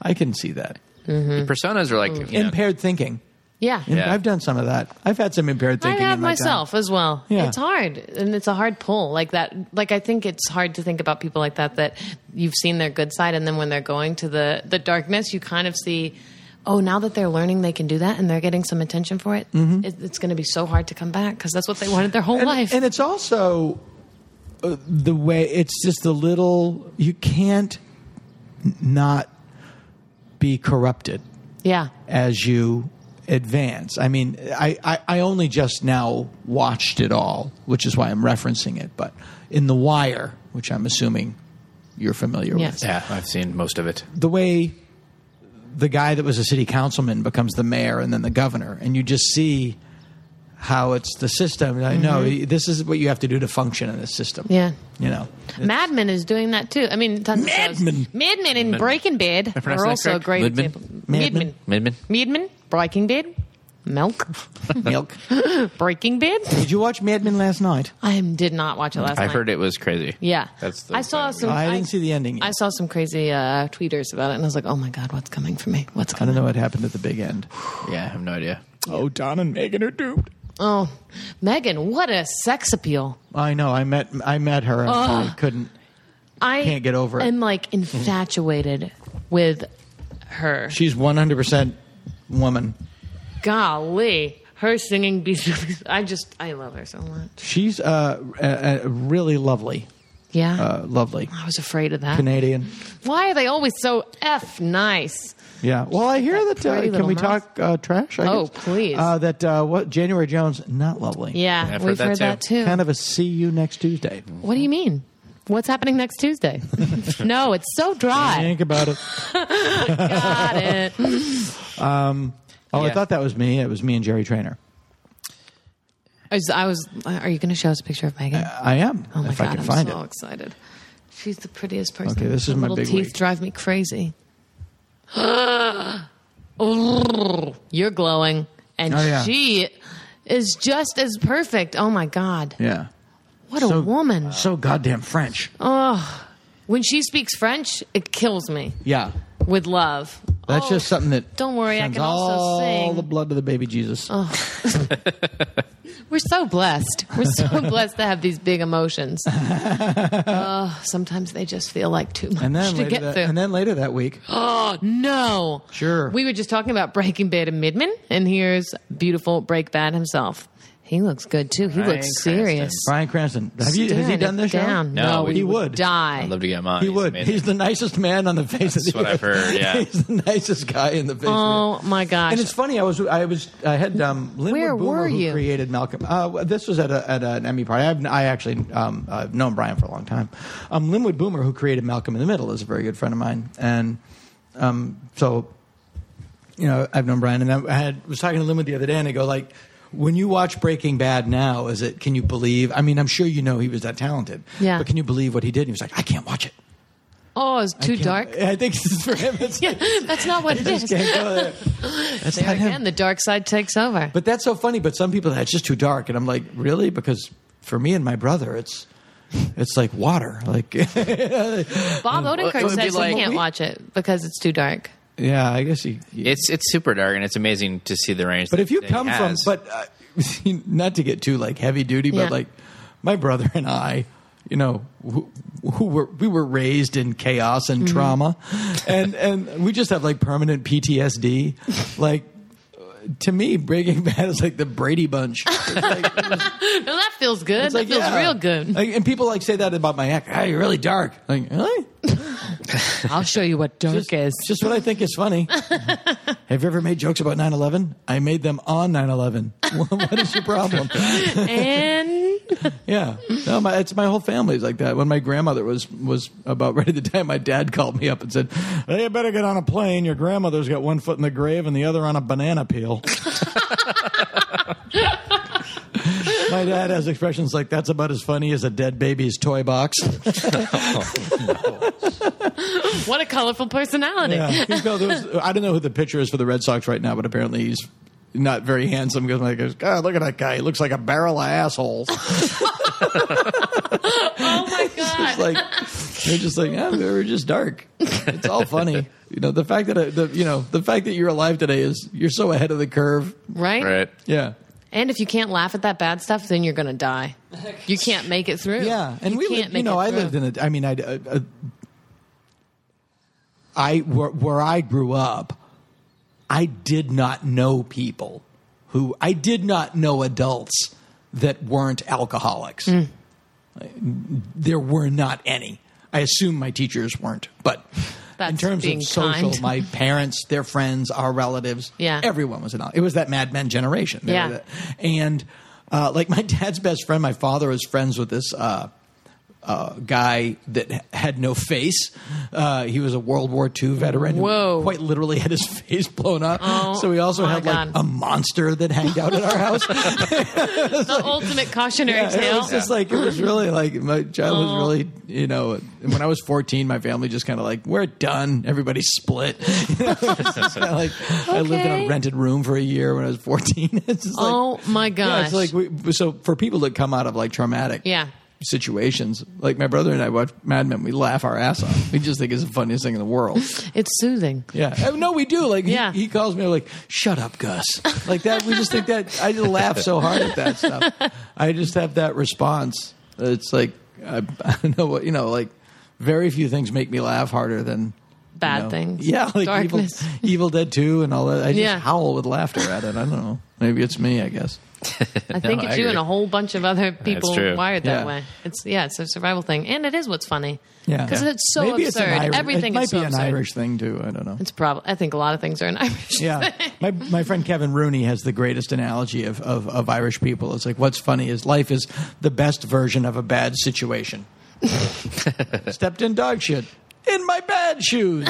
Speaker 4: I can see that
Speaker 2: The personas are
Speaker 3: Mm.
Speaker 2: like you know,
Speaker 4: impaired thinking.
Speaker 3: Yeah.
Speaker 4: Imp-
Speaker 2: Yeah.
Speaker 4: I've done some of that. I've had some impaired
Speaker 3: I
Speaker 4: thinking.
Speaker 3: have
Speaker 4: in my time.
Speaker 3: myself as well.
Speaker 4: Yeah.
Speaker 3: It's hard, and it's a hard pull. Like that. Like I think it's hard to think about people like that. That you've seen their good side, and then when they're going to the the darkness, you kind of see. Oh, now that they're learning, they can do that, and they're getting some attention for it. it it's going to be so hard to come back because that's what they wanted their whole
Speaker 4: Mm-hmm. and,
Speaker 3: life.
Speaker 4: and it's also uh, the way it's just the little you can't n- not be corrupted.
Speaker 3: yeah,
Speaker 4: as you advance. I mean, I, I, I only just now watched it all, which is why I'm referencing it. But in The Wire, which I'm assuming you're familiar
Speaker 3: Yes.
Speaker 4: with,
Speaker 2: yeah, I've seen most of it.
Speaker 4: the way the guy that was a city councilman becomes the mayor and then the governor, and you just see how it's the system. I know this is what you have to do to function in this system.
Speaker 3: Yeah.
Speaker 4: you know,
Speaker 3: Mad Men is doing that too. I mean, tons of shows.
Speaker 4: Madmen.
Speaker 3: Mad Men and Breaking Bad
Speaker 2: pronouncing
Speaker 3: are
Speaker 2: that
Speaker 3: also
Speaker 2: correct?
Speaker 3: great
Speaker 2: Madmen?
Speaker 3: examples.
Speaker 4: Madmen.
Speaker 2: Midman.
Speaker 3: Madmen, Breaking Bad, Milk,
Speaker 4: milk.
Speaker 3: Breaking Bad.
Speaker 4: Did you watch Mad Men last night?
Speaker 3: I did not watch it last night.
Speaker 2: I've heard it was crazy.
Speaker 3: Yeah,
Speaker 2: That's the
Speaker 3: I saw
Speaker 2: thing.
Speaker 3: some.
Speaker 4: I didn't see the ending yet.
Speaker 3: I saw some crazy uh, tweeters about it, and I was like, "Oh my god, what's coming for me? What's
Speaker 4: I don't
Speaker 3: coming?"
Speaker 4: know what happened at the big end.
Speaker 2: Yeah, I have no idea.
Speaker 4: Oh, Don and Megan are duped.
Speaker 3: Oh, Megan, what a sex appeal!
Speaker 4: I know. I met I met her. After I couldn't.
Speaker 3: I
Speaker 4: Can't get over it. Mm-hmm.
Speaker 3: I'm like infatuated with her.
Speaker 4: She's one hundred percent woman.
Speaker 3: Golly, her singing "Beatles." I just, I love her so much.
Speaker 4: She's uh, uh, uh really lovely,
Speaker 3: Yeah,
Speaker 4: uh, lovely
Speaker 3: I was afraid of that.
Speaker 4: Canadian.
Speaker 3: Why are they always so f nice?
Speaker 4: Yeah. Well, I hear that.
Speaker 3: That
Speaker 4: uh,
Speaker 3: pretty
Speaker 4: can we
Speaker 3: little mouse.
Speaker 4: talk uh, trash? I
Speaker 3: Oh,
Speaker 4: guess?
Speaker 3: please.
Speaker 4: Uh, that uh, what January Jones not lovely.
Speaker 3: Yeah,
Speaker 2: I've heard
Speaker 3: we've
Speaker 2: that
Speaker 3: heard
Speaker 2: too.
Speaker 3: that too.
Speaker 4: Kind of a see you next Tuesday.
Speaker 3: What do you mean? What's happening next Tuesday? no, it's so dry.
Speaker 4: Think about it.
Speaker 3: Got it.
Speaker 4: Oh, I
Speaker 2: Yeah.
Speaker 4: thought that was me. It was me and Jerry Trainer.
Speaker 3: I was, I was are you going to show us a picture of Megan?
Speaker 4: I am.
Speaker 3: oh my
Speaker 4: if
Speaker 3: god,
Speaker 4: I can
Speaker 3: am
Speaker 4: find
Speaker 3: so
Speaker 4: it.
Speaker 3: excited. She's the prettiest person.
Speaker 4: Okay, this is
Speaker 3: Her
Speaker 4: my
Speaker 3: little
Speaker 4: big
Speaker 3: teeth
Speaker 4: week.
Speaker 3: drive me crazy. Oh, You're glowing, and
Speaker 4: Oh, yeah.
Speaker 3: she is just as perfect. Oh my god,
Speaker 4: Yeah.
Speaker 3: what a woman! Oh.
Speaker 4: So goddamn French.
Speaker 3: When she speaks French, it kills me
Speaker 4: Yeah.
Speaker 3: with love.
Speaker 4: That's
Speaker 3: Oh,
Speaker 4: just something that.
Speaker 3: Don't worry, I
Speaker 4: sends
Speaker 3: can also
Speaker 4: all
Speaker 3: sing. Oh,
Speaker 4: the blood to the baby Jesus.
Speaker 3: We're so blessed. We're so blessed to have these big emotions. Oh, sometimes they just feel like too much
Speaker 4: and then
Speaker 3: to
Speaker 4: later
Speaker 3: get
Speaker 4: that,
Speaker 3: through. Oh,
Speaker 4: and then later that week,
Speaker 3: No.
Speaker 4: Sure.
Speaker 3: We were just talking about Breaking Bad and Midman, and here's beautiful Break Bad himself. He looks good too. He
Speaker 2: Bryan
Speaker 3: looks
Speaker 2: Cranston.
Speaker 3: serious.
Speaker 4: Brian Cranston. Have you, has he
Speaker 3: Staring
Speaker 4: done
Speaker 3: it
Speaker 4: this
Speaker 3: down.
Speaker 4: show?
Speaker 2: No,
Speaker 3: No,
Speaker 2: we-
Speaker 3: we
Speaker 4: He would.
Speaker 3: die.
Speaker 2: I'd love to get him on.
Speaker 4: He
Speaker 2: He's
Speaker 4: would.
Speaker 2: amazing.
Speaker 4: He's the nicest man on the face of
Speaker 2: That's
Speaker 4: the
Speaker 2: what
Speaker 4: earth.
Speaker 2: I've heard, yeah.
Speaker 4: He's the nicest guy in the face. of
Speaker 3: oh my
Speaker 4: the
Speaker 3: gosh!
Speaker 4: and it's funny. I was, I was, I had um, Linwood
Speaker 3: Where
Speaker 4: Boomer
Speaker 3: were
Speaker 4: who
Speaker 3: you?
Speaker 4: created Malcolm. Uh, this was at, a, at an Emmy party. I've, I actually um, I've known Brian for a long time. Um, Linwood Boomer, who created Malcolm in the Middle, is a very good friend of mine, and um, so you know, I've known Brian, and I had was talking to Linwood the other day, and I go like, when you watch Breaking Bad now, is it can you believe? I mean, I'm sure you know he was that talented,
Speaker 3: Yeah.
Speaker 4: But can you believe what he did? And he was like, I can't watch it.
Speaker 3: oh, it's too dark.
Speaker 4: I think this is for him. It's
Speaker 3: Yeah, that's not what it
Speaker 4: just
Speaker 3: is.
Speaker 4: can't go there. That's
Speaker 3: There
Speaker 4: not him.
Speaker 3: again, the dark side takes over.
Speaker 4: But that's so funny. But some people, that's just too dark, and I'm like, really? Because for me and my brother, it's it's like water. Like,
Speaker 3: Bob
Speaker 2: it
Speaker 3: Odenkirk
Speaker 2: would be
Speaker 3: says
Speaker 2: like-
Speaker 3: he can't watch it because it's too dark.
Speaker 4: yeah, I guess he. he-
Speaker 2: It's it's super dark and it's amazing to see the range.
Speaker 4: but
Speaker 2: that-
Speaker 4: if you
Speaker 2: that he
Speaker 4: come from,
Speaker 2: has.
Speaker 4: but uh, not to get too like heavy duty, but
Speaker 3: Yeah.
Speaker 4: like my brother and I, you know, who, who were we were raised in chaos and
Speaker 3: Mm-hmm.
Speaker 4: trauma, and and we just have like permanent PTSD, like. To me, Breaking Bad is like the Brady Bunch. It's like-
Speaker 3: No, that feels good.
Speaker 4: It's like,
Speaker 3: that feels
Speaker 4: yeah.
Speaker 3: real good.
Speaker 4: Like, and people like say that about my act. Hey, you're really dark. Like, really?
Speaker 3: I'll show you what dark is.
Speaker 4: It's just what I think is funny. Have you ever made jokes about 9 11? I made them on 9 11. what is your problem?
Speaker 3: and
Speaker 4: Yeah, no, my, it's my whole family's like that. When my grandmother was was about ready to die, my dad called me up and said, "Hey, you better get on a plane. Your grandmother's got one foot in the grave and the other on a banana peel." my dad has expressions like that's about as funny as a dead baby's toy box.
Speaker 3: what a colorful personality.
Speaker 4: Yeah. You know, there was- I don't know who the pitcher is for the Red Sox right now, but apparently he's not very handsome because my goes, God, look at that guy. He looks like a barrel of assholes.
Speaker 3: Oh my god.
Speaker 4: like they're just like yeah, we were just dark. It's all funny. You know the fact that I, the you know the fact that you're alive today is you're so ahead of the curve.
Speaker 3: right?
Speaker 2: Right.
Speaker 4: Yeah.
Speaker 3: And if you can't laugh at that bad stuff, then you're going to die. You can't make it through.
Speaker 4: Yeah, and
Speaker 3: you
Speaker 4: we
Speaker 3: can't
Speaker 4: lived,
Speaker 3: make
Speaker 4: you know,
Speaker 3: it
Speaker 4: I
Speaker 3: through.
Speaker 4: lived in a. I mean, I, uh, uh, I where, where I grew up, I did not know people who I did not know adults that weren't alcoholics.
Speaker 3: Mm.
Speaker 4: I- There were not any. I assume my teachers weren't, but in
Speaker 3: That's
Speaker 4: terms
Speaker 3: being
Speaker 4: of social,
Speaker 3: kind.
Speaker 4: my parents, their friends, our relatives,
Speaker 3: Yeah.
Speaker 4: everyone was an. al- It was that Mad Men generation. They were
Speaker 3: Yeah.
Speaker 4: that- and uh, like my dad's best friend, my father was friends with this uh, uh, guy that h- had no face. Uh, he was a World War II veteran. who
Speaker 3: Whoa.
Speaker 4: Quite literally had his face blown up.
Speaker 3: Oh,
Speaker 4: so we also
Speaker 3: my
Speaker 4: had
Speaker 3: God.
Speaker 4: like a monster that hanged out at our house.
Speaker 3: the ultimate cautionary
Speaker 4: Yeah,
Speaker 3: tale.
Speaker 4: It was just like it was really like my child
Speaker 3: Oh.
Speaker 4: was really you know when I was fourteen, my family just kind of like we're done. Everybody split. You know, it was just kinda like I lived in a
Speaker 3: Okay.
Speaker 4: rented room for a year when I was fourteen. It's just like,
Speaker 3: Oh, my
Speaker 4: Yeah,
Speaker 3: gosh.
Speaker 4: it's like we, so for people that come out of like traumatic
Speaker 3: Yeah.
Speaker 4: situations, like my brother and I watch Mad Men, we laugh our ass off. We just think it's the funniest thing in the world.
Speaker 3: it's soothing.
Speaker 4: Yeah. Oh, No, we do. Like, he-
Speaker 3: Yeah.
Speaker 4: he, calls me like, shut up, Gus. Like that. We just think that I just laugh so hard at that stuff. I just have that response. It's like, I, I don't know what, you know, like very few things make me laugh harder than
Speaker 3: Bad
Speaker 4: you know,
Speaker 3: things.
Speaker 4: Yeah. Like evil,
Speaker 3: Darkness.
Speaker 4: evil Dead 2 and all that. I just
Speaker 3: Yeah.
Speaker 4: howl with laughter at it. I don't know. Maybe it's me, I guess.
Speaker 3: I think
Speaker 2: No,
Speaker 3: it's
Speaker 2: I
Speaker 3: you and
Speaker 2: agree.
Speaker 3: a whole bunch of other people
Speaker 2: true.
Speaker 3: wired that
Speaker 4: Yeah.
Speaker 3: way. It's yeah, it's a survival thing, and it is what's funny.
Speaker 4: Yeah.
Speaker 3: because it's so
Speaker 4: Maybe
Speaker 3: absurd.
Speaker 4: It's an Irish,
Speaker 3: Everything
Speaker 4: it might
Speaker 3: is so
Speaker 4: be
Speaker 3: absurd.
Speaker 4: an Irish thing too. I don't know.
Speaker 3: It's probably. I think a lot of things are in Irish.
Speaker 4: Yeah, my my friend Kevin Rooney has the greatest analogy of, of of Irish people. It's like what's funny is life is the best version of a bad situation. Stepped in dog shit in my bad shoes.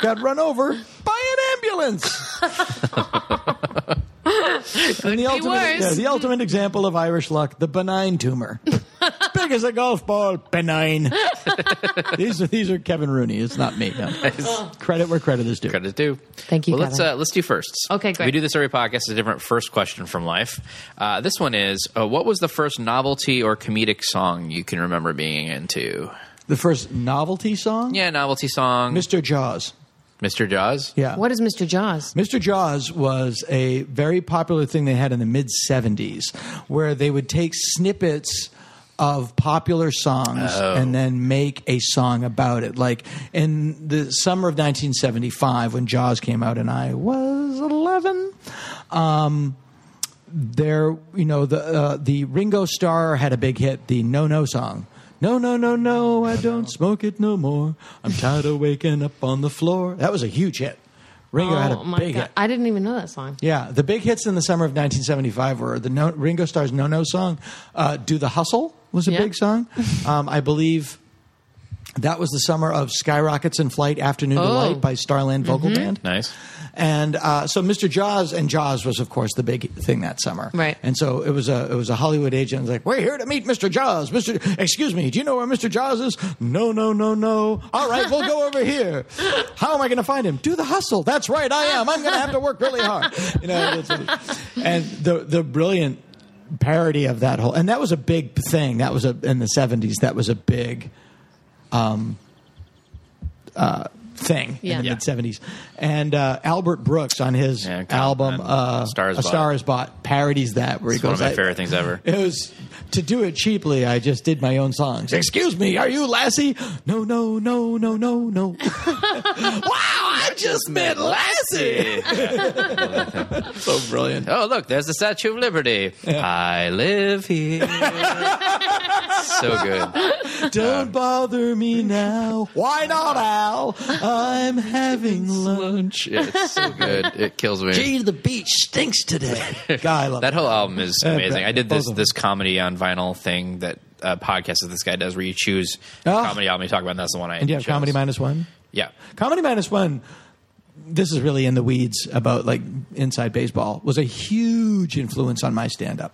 Speaker 4: Got run over by an ambulance. and the ultimate,
Speaker 3: worse.
Speaker 4: yeah, the ultimate example of Irish luck: the benign tumor, big as a golf ball, benign. these are these are Kevin Rooney. It's not me. no. Credit where credit is due.
Speaker 2: Credit due.
Speaker 3: Thank you,
Speaker 2: Well, let's
Speaker 3: Kevin.
Speaker 2: uh, let's do firsts.
Speaker 3: Okay, great.
Speaker 2: We do this every podcast. It's a different first question from life. Uh, this one is: uh, What was the first novelty or comedic song you can remember being into?
Speaker 4: The first novelty song?
Speaker 2: Yeah, novelty song.
Speaker 4: Mr. Jaws.
Speaker 2: Mr. Jaws.
Speaker 4: Yeah.
Speaker 3: What is Mr. Jaws?
Speaker 4: Mr. Jaws was a very popular thing they had in the mid 70s where they would take snippets of popular songs
Speaker 3: Oh.
Speaker 4: and then make a song about it. Like in the summer of 1975 when Jaws came out and I was 11, there, you know, the uh, the Ringo Starr had a big hit, the No No song. No, no, no, no, I don't smoke it no more. I'm tired of waking up on the floor. That was a huge hit. Ringo had a
Speaker 3: Oh my
Speaker 4: big
Speaker 3: god!
Speaker 4: hit.
Speaker 3: I didn't even know that song.
Speaker 4: Yeah, the big hits in the summer of 1975 were the no, Ringo Starr's "No No" song, uh, "Do the Hustle" was a
Speaker 3: Yeah.
Speaker 4: big song. Um, I believe that was the summer of "Skyrockets in Flight," "Afternoon
Speaker 3: Oh. Mm-hmm.
Speaker 4: Delight" by Starland Vocal Band.
Speaker 2: Nice.
Speaker 4: And uh, so Mr. Jaws and Jaws was, of course, the big thing that summer.
Speaker 3: Right.
Speaker 4: And so it was a it was a Hollywood agent was like, "We're here to meet Mr. Jaws. Mr. Excuse me, do you know where Mr. Jaws is? No, no, no, no. All right, we'll go over here. How am I going to find him? Do the hustle. That's right, I am. I'm going to have to work really hard. You know. that's what it- and the the brilliant parody of that whole and that was a big thing. That was a in the seventies. That was a big. thing
Speaker 3: Yeah.
Speaker 4: in the
Speaker 3: Yeah.
Speaker 4: mid seventies. And uh, Albert Brooks on his
Speaker 2: Yeah, Cotton
Speaker 4: album
Speaker 2: Man.
Speaker 4: uh,
Speaker 2: Star is
Speaker 4: A
Speaker 2: Bought.
Speaker 4: Star Is Bought parodies that where he
Speaker 2: It's
Speaker 4: goes
Speaker 2: one of my
Speaker 4: I-
Speaker 2: favorite things ever.
Speaker 4: It was to do it cheaply. I just did my own songs. Excuse me, are you Lassie? No, no, no, no, no, no. wow, I just met Lassie. so brilliant.
Speaker 2: Oh, look, there's the Statue of Liberty. I live here. so good.
Speaker 4: Don't bother me now. Why not, Al? I'm having lunch.
Speaker 2: Lunch. It's so good. It kills me.
Speaker 4: Gee, the beach stinks today. God, I love
Speaker 2: That whole album is amazing. I did this
Speaker 4: both of them.
Speaker 2: this comedy on vinyl thing that uh, podcast that this guy does, where you choose a
Speaker 4: Oh.
Speaker 2: comedy album you talk about. And that's the one I.
Speaker 4: And you have
Speaker 2: chose.
Speaker 4: comedy minus one.
Speaker 2: Yeah,
Speaker 4: Comedy Minus One, this is really in the weeds about like inside baseball, was a huge influence on my stand up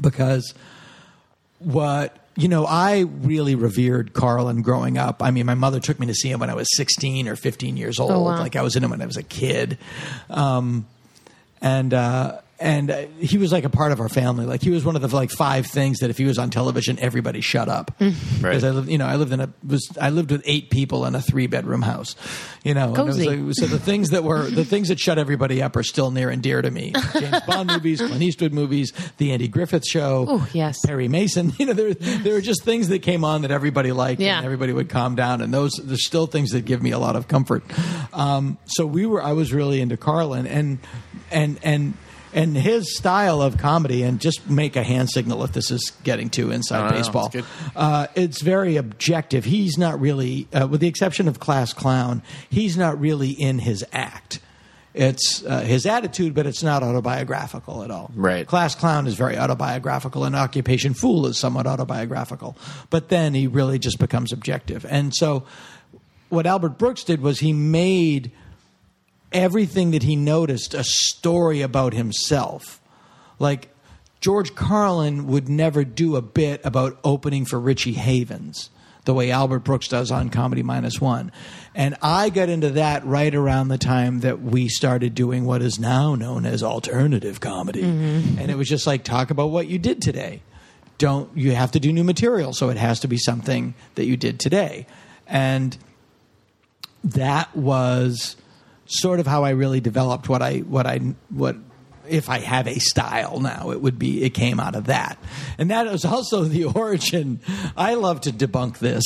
Speaker 4: because what you know i really revered carlin growing up i mean my mother took me to see him when i was 16 or 15 years old
Speaker 3: wow.
Speaker 4: like i was in him when i was a kid um, and uh, and uh, he was like a part of our family like he was one of the like five things that if he was on television everybody shut up
Speaker 3: Mm-hmm.
Speaker 2: Right.
Speaker 4: I lived, you know, I lived in a was I lived with eight people in a three bedroom house, you know. and it was
Speaker 3: Cozy.
Speaker 4: like- so the things that were the things that shut everybody up are still near and dear to me: James Bond movies, Clint Eastwood movies, The Andy Griffith Show,
Speaker 3: Oh, yes.
Speaker 4: Perry Mason. You know, there there were just things that came on that everybody liked,
Speaker 3: Yeah.
Speaker 4: and everybody would calm down. And those there's still things that give me a lot of comfort. Um, so we were, I was really into Carlin, and and and. And his style of comedy, and just make a hand signal if this is getting too inside
Speaker 2: no, no,
Speaker 4: baseball.
Speaker 2: it's good.
Speaker 4: Uh, it's very objective. He's not really, uh, with the exception of Class Clown, he's not really in his act. It's uh, his attitude, but it's not autobiographical at all.
Speaker 2: Right.
Speaker 4: Class Clown is very autobiographical, and Occupation Fool is somewhat autobiographical. But then he really just becomes objective. And so what Albert Brooks did was he made everything that he noticed a story about himself. Like George Carlin would never do a bit about opening for Richie Havens the way Albert Brooks does on Comedy Minus One. And I got into that right around the time that we started doing what is now known as alternative comedy. And it was just like, talk about what you did today. Don't you have to do new material, so it has to be something that you did today. And that was sort of how I really developed what I what I what if I have a style now it would be it came out of that and that is also the origin I love to debunk this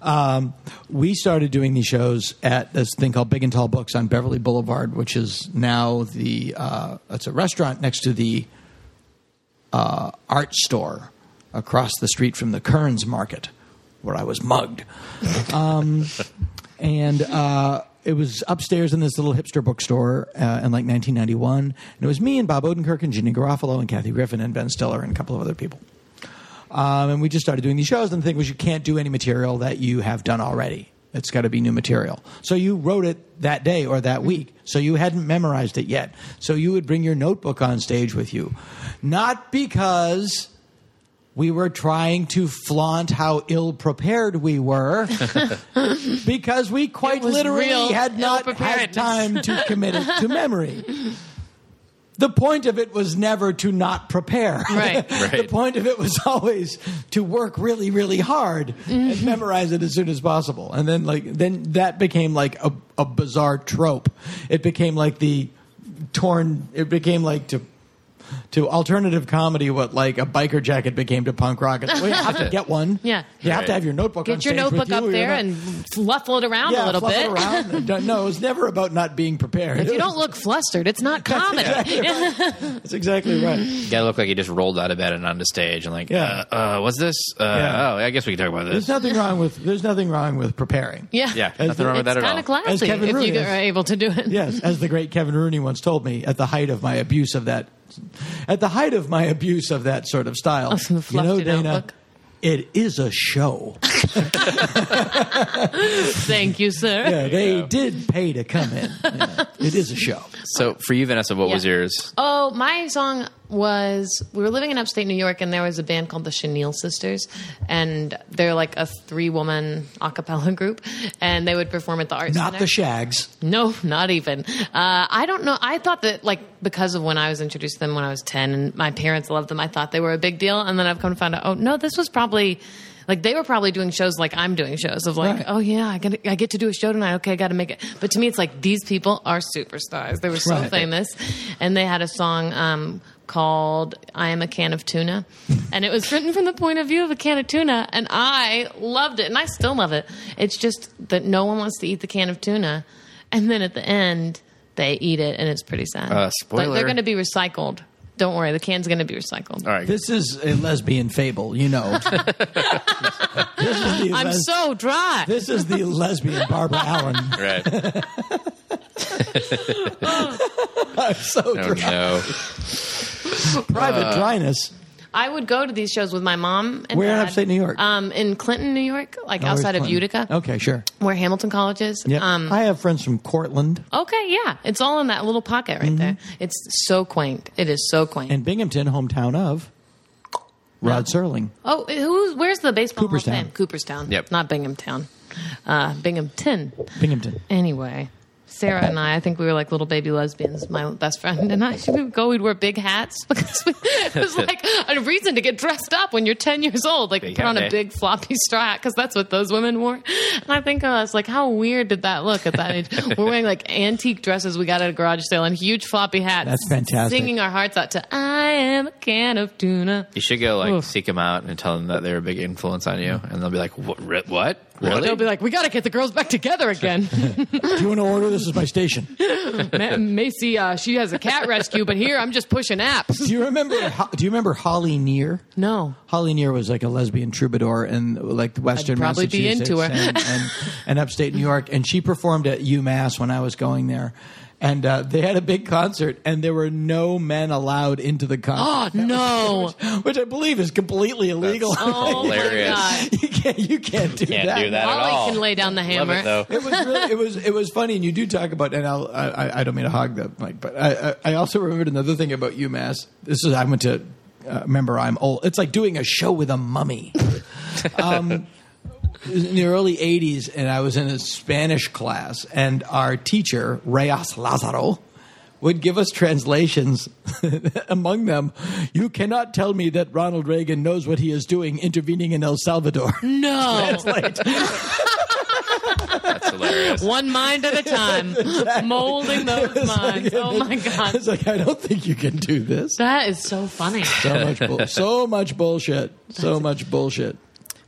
Speaker 4: um, we started doing these shows at this thing called Big and Tall Books on Beverly Boulevard which is now the uh, it's a restaurant next to the uh, art store across the street from the Kearns Market, where I was mugged. Um, and uh, it was upstairs in this little hipster bookstore uh, in like 1991. And it was me and Bob Odenkirk and Ginny Garofalo and Kathy Griffin and Ben Stiller and a couple of other people. Um, and we just started doing these shows. And the thing was, you can't do any material that you have done already. It's got to be new material. So you wrote it that day or that week. So you hadn't memorized it yet. So you would bring your notebook on stage with you. Not because we were trying to flaunt how ill prepared we were because we quite
Speaker 3: It was
Speaker 4: literally
Speaker 3: real
Speaker 4: had not had
Speaker 3: ill-preparedness.
Speaker 4: time to commit it to memory. The point of it was never to not prepare.
Speaker 3: Right.
Speaker 2: Right.
Speaker 4: the point of it was always to work really, really hard
Speaker 3: Mm-hmm.
Speaker 4: and memorize it as soon as possible. And then, like, then that became like a, a bizarre trope. It became like the torn. It became like to to alternative comedy what like a biker jacket became to punk rock. It's, well, you have to get one.
Speaker 3: Yeah.
Speaker 4: you have
Speaker 2: Right.
Speaker 4: to have your notebook. on
Speaker 3: Get your
Speaker 4: stage with
Speaker 3: notebook
Speaker 4: you.
Speaker 3: up
Speaker 4: You're
Speaker 3: there
Speaker 4: not-
Speaker 3: and fluffle it around
Speaker 4: yeah,
Speaker 3: a little
Speaker 4: fluff
Speaker 3: bit.
Speaker 4: It around. And don't- no, it was never about not being prepared.
Speaker 3: If you don't look flustered, it's not comedy.
Speaker 4: That's exactly
Speaker 3: Mm-hmm.
Speaker 4: right.
Speaker 2: guy looked like he just rolled out of bed and onto stage and like,
Speaker 4: Yeah.
Speaker 2: uh, uh, what's this? Uh,
Speaker 4: Yeah.
Speaker 2: Oh, I guess we can talk about this.
Speaker 4: There's nothing wrong with there's nothing wrong with preparing.
Speaker 3: Yeah.
Speaker 2: yeah,
Speaker 4: As
Speaker 2: nothing wrong with
Speaker 3: It's
Speaker 2: that at
Speaker 3: kind
Speaker 2: all.
Speaker 3: of classy
Speaker 4: As
Speaker 3: if
Speaker 4: Kevin
Speaker 3: you
Speaker 4: Rooney
Speaker 3: are
Speaker 4: is.
Speaker 3: able to do it.
Speaker 4: Yes, as the great Kevin Rooney once told me at the height of my abuse of that at the height of my abuse of that sort of style.
Speaker 3: Of the
Speaker 4: you know,
Speaker 3: fluffy
Speaker 4: Dana,
Speaker 3: notebook.
Speaker 4: it is a show.
Speaker 3: Thank you, sir.
Speaker 4: Yeah, they did pay to come in. Yeah, it is a show.
Speaker 2: So for you, Vanessa, what was
Speaker 3: Yeah.
Speaker 2: yours?
Speaker 3: Oh, my song was we were living in upstate New York, and there was a band called the Chenille Sisters, and they're like a three woman a cappella group, and they would perform at the Arts
Speaker 4: Not
Speaker 3: Center.
Speaker 4: the shags.
Speaker 3: No, not even. Uh, I don't know. I thought that, like, because of when I was introduced to them when I was 10 and my parents loved them, I thought they were a big deal. And then I've come to find out, oh, no, this was probably, like, they were probably doing shows like I'm doing shows of, like,
Speaker 4: Right.
Speaker 3: oh, yeah, I get, I get to do a show tonight. Okay, I got to make it. But to me, it's like these people are superstars. They were so
Speaker 4: Right.
Speaker 3: famous. And they had a song um, called I Am a Can of Tuna. and it was written from the point of view of a can of tuna. And I loved it. And I still love it. It's just that no one wants to eat the can of tuna and then at the end they eat it and it's pretty sad
Speaker 2: Uh,
Speaker 3: but
Speaker 2: spoiler.
Speaker 3: they're going to be recycled Don't worry, the can's going to be recycled.
Speaker 2: All right.
Speaker 4: This is a lesbian fable, you know. this is the
Speaker 3: I'm
Speaker 4: les-
Speaker 3: so dry.
Speaker 4: This is the lesbian Barbara Allen.
Speaker 2: right.
Speaker 4: I'm so
Speaker 2: Oh,
Speaker 4: dry.
Speaker 2: no.
Speaker 4: private dryness.
Speaker 3: I would go to these shows with my mom. And
Speaker 4: Where in
Speaker 3: dad.
Speaker 4: upstate New York? Oh,
Speaker 3: Um, in Clinton, New York, like outside of
Speaker 4: Clinton.
Speaker 3: Utica,
Speaker 4: Okay, sure.
Speaker 3: where Hamilton College is.
Speaker 4: Yeah,
Speaker 3: Um,
Speaker 4: I have friends from Cortland
Speaker 3: okay, yeah, it's all in that little pocket right there. It's so quaint. It is so quaint.
Speaker 4: and Binghamton, hometown of Rod Serling.
Speaker 3: oh, who's where's the baseball
Speaker 4: Cooperstown.
Speaker 3: Hall of Fame? Cooperstown.
Speaker 2: Yep.
Speaker 3: Not Binghamtown. Uh, Binghamton.
Speaker 4: Binghamton.
Speaker 3: Anyway, Sarah and I, I think we were like little baby lesbians. My best friend and I, she would go, we'd wear big hats because we, it was like a reason to get dressed up when you're 10 years old. Like
Speaker 2: Big
Speaker 3: put
Speaker 2: hat eh?
Speaker 3: on
Speaker 2: day.
Speaker 3: a big floppy straw hat because that's what those women wore. And I think I was like, how weird did that look at that age? we're wearing like antique dresses we got at a garage sale and huge floppy hats.
Speaker 4: That's fantastic.
Speaker 3: Singing our hearts out to I am a can of tuna.
Speaker 2: You should go like
Speaker 3: Oof.
Speaker 2: seek them out and tell them that they're a big influence on you, and they'll be like, "What? Re- what? Really?"
Speaker 3: They'll be like, we got to get the girls back together again.
Speaker 4: Do you want to order? This is my station. Do
Speaker 3: Ma- Macy, uh, she has a cat rescue, but here I'm just pushing apps.
Speaker 4: you remember? Ho- Do you remember Holly Neer?
Speaker 3: No.
Speaker 4: Holly Neer was like a lesbian troubadour in like Western
Speaker 3: I'd probably be
Speaker 4: Massachusetts
Speaker 3: into her.
Speaker 4: and, and, and upstate New York, and she performed at UMass when I was going there. And uh, they had a big concert, and there were no men allowed into the
Speaker 3: Oh
Speaker 4: concert,
Speaker 3: no!
Speaker 4: which I believe is completely illegal.
Speaker 3: Oh
Speaker 2: Hilarious.
Speaker 3: my god!
Speaker 4: you can't, you can't do
Speaker 2: Can't
Speaker 4: that.
Speaker 2: do that at
Speaker 3: Holly
Speaker 2: all.
Speaker 3: can lay down the
Speaker 2: Love
Speaker 3: hammer.
Speaker 2: it though.
Speaker 4: It was really, it was it was funny, and you do talk about and I'll, I I- I don't mean to hog the mic, but I, I I also remembered another thing about UMass. This is I went to uh, remember I'm old. It's like doing a show with a mummy. Um, it was in the early '80s, and I was in a Spanish class, and our teacher Reyes Lazaro would give us translations. Among them, you cannot tell me that Ronald Reagan knows what he is doing, intervening in El Salvador.
Speaker 3: No,
Speaker 4: Like,
Speaker 2: That's hilarious.
Speaker 3: one mind at a time, molding those
Speaker 4: It's
Speaker 3: minds.
Speaker 4: like-
Speaker 3: oh my god,
Speaker 4: It's like I don't think you can do this.
Speaker 3: that is so funny.
Speaker 4: So much, bull- so much bullshit. So much bullshit.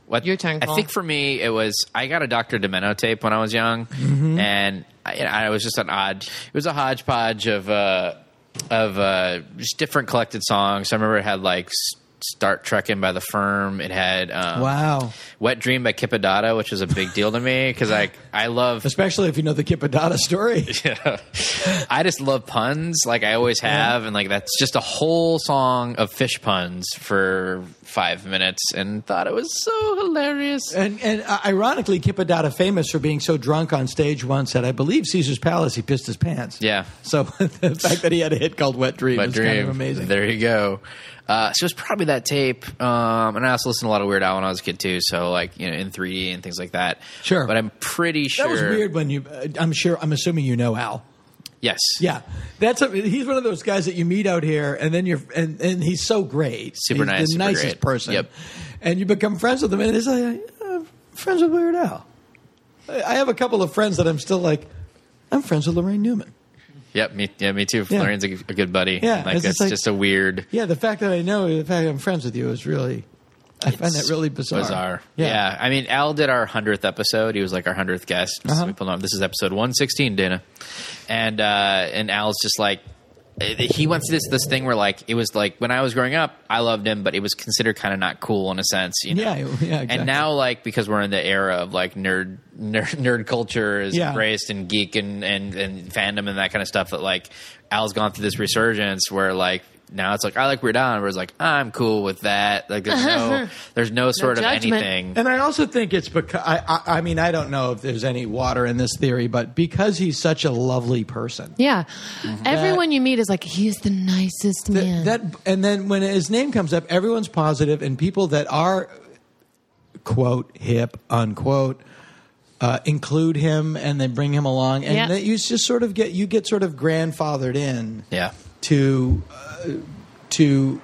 Speaker 2: What,
Speaker 3: Your turn,
Speaker 2: I
Speaker 3: Cole.
Speaker 2: think for me, it was I got a Dr. Demento tape when I was young, and I, and I was just an odd. It was a hodgepodge of uh, of uh, just different collected songs. I remember it had like S- "Start Trekking" by the Firm. It had um,
Speaker 4: Wow.
Speaker 2: "Wet Dream" by Kippadada, which was a big deal to me because I I love
Speaker 4: Especially if you know the Kippadada story.
Speaker 2: I just love puns, like I always have, and like that's just a whole song of fish puns for five minutes, and thought it was so hilarious.
Speaker 4: And, and uh, ironically, Kippadada famous for being so drunk on stage once that I believe Caesar's Palace he pissed his pants.
Speaker 2: Yeah.
Speaker 4: So the fact that he had a hit called Wet Dream
Speaker 2: But
Speaker 4: is
Speaker 2: dream,
Speaker 4: kind of amazing.
Speaker 2: there you go. Uh, so it's probably that tape, um, and I also listened to a lot of Weird Al when I was a kid too. So like you know, in 3D and things like that.
Speaker 4: Sure.
Speaker 2: but I'm pretty sure
Speaker 4: that was weird when you. Uh, I'm sure. I'm assuming you know Al.
Speaker 2: Yes,
Speaker 4: Yeah, that's a, he's one of those guys that you meet out here, and then you're and, and he's so great,
Speaker 2: Super
Speaker 4: he's
Speaker 2: nice,
Speaker 4: the
Speaker 2: super
Speaker 4: nicest
Speaker 2: great.
Speaker 4: person.
Speaker 2: Yep.
Speaker 4: and you become friends with him, and it's like uh, friends with Weird Al. I I have a couple of friends that I'm still like, I'm friends with Lorraine Newman.
Speaker 2: Yep, me, yeah, me too.
Speaker 4: Yeah.
Speaker 2: Florian's a, g- a good buddy.
Speaker 4: Yeah,
Speaker 2: like
Speaker 4: it's just
Speaker 2: that's
Speaker 4: like-
Speaker 2: just a weird.
Speaker 4: Yeah, the fact that I know, the fact that I'm friends with you is really, I find that really bizarre.
Speaker 2: Bizarre. Yeah. I mean, Al did our 100th episode. He was like our 100th guest.
Speaker 4: Uh-huh.
Speaker 2: So we pulled him up. This is episode 116, Dana. And, uh, and Al's just like, he went through this this thing where like it was like when I was growing up, I loved him, but it was considered kind of not cool in a sense, you know.
Speaker 4: Yeah, yeah, exactly.
Speaker 2: And now like because we're in the era of like nerd nerd, nerd culture is
Speaker 4: Yeah.
Speaker 2: embraced and geek and, and and fandom and that kind of stuff that like Al's gone through this resurgence where like now it's like I like Weird Al, and it's like I'm cool with that. Like there's no there's no sort of
Speaker 3: judgment.
Speaker 2: anything.
Speaker 4: And I also think it's because I, I, I mean I don't know if there's any water in this theory, but because he's such a lovely person,
Speaker 3: Yeah,
Speaker 2: Mm-hmm.
Speaker 3: everyone you meet is like, he is the nicest
Speaker 4: Th-
Speaker 3: man.
Speaker 4: That and then when his name comes up, everyone's positive, and people that are quote hip unquote uh, include him, and they bring him along, and
Speaker 3: Yeah.
Speaker 4: that you just sort of get you get sort of grandfathered in
Speaker 2: Yeah.
Speaker 4: to uh, to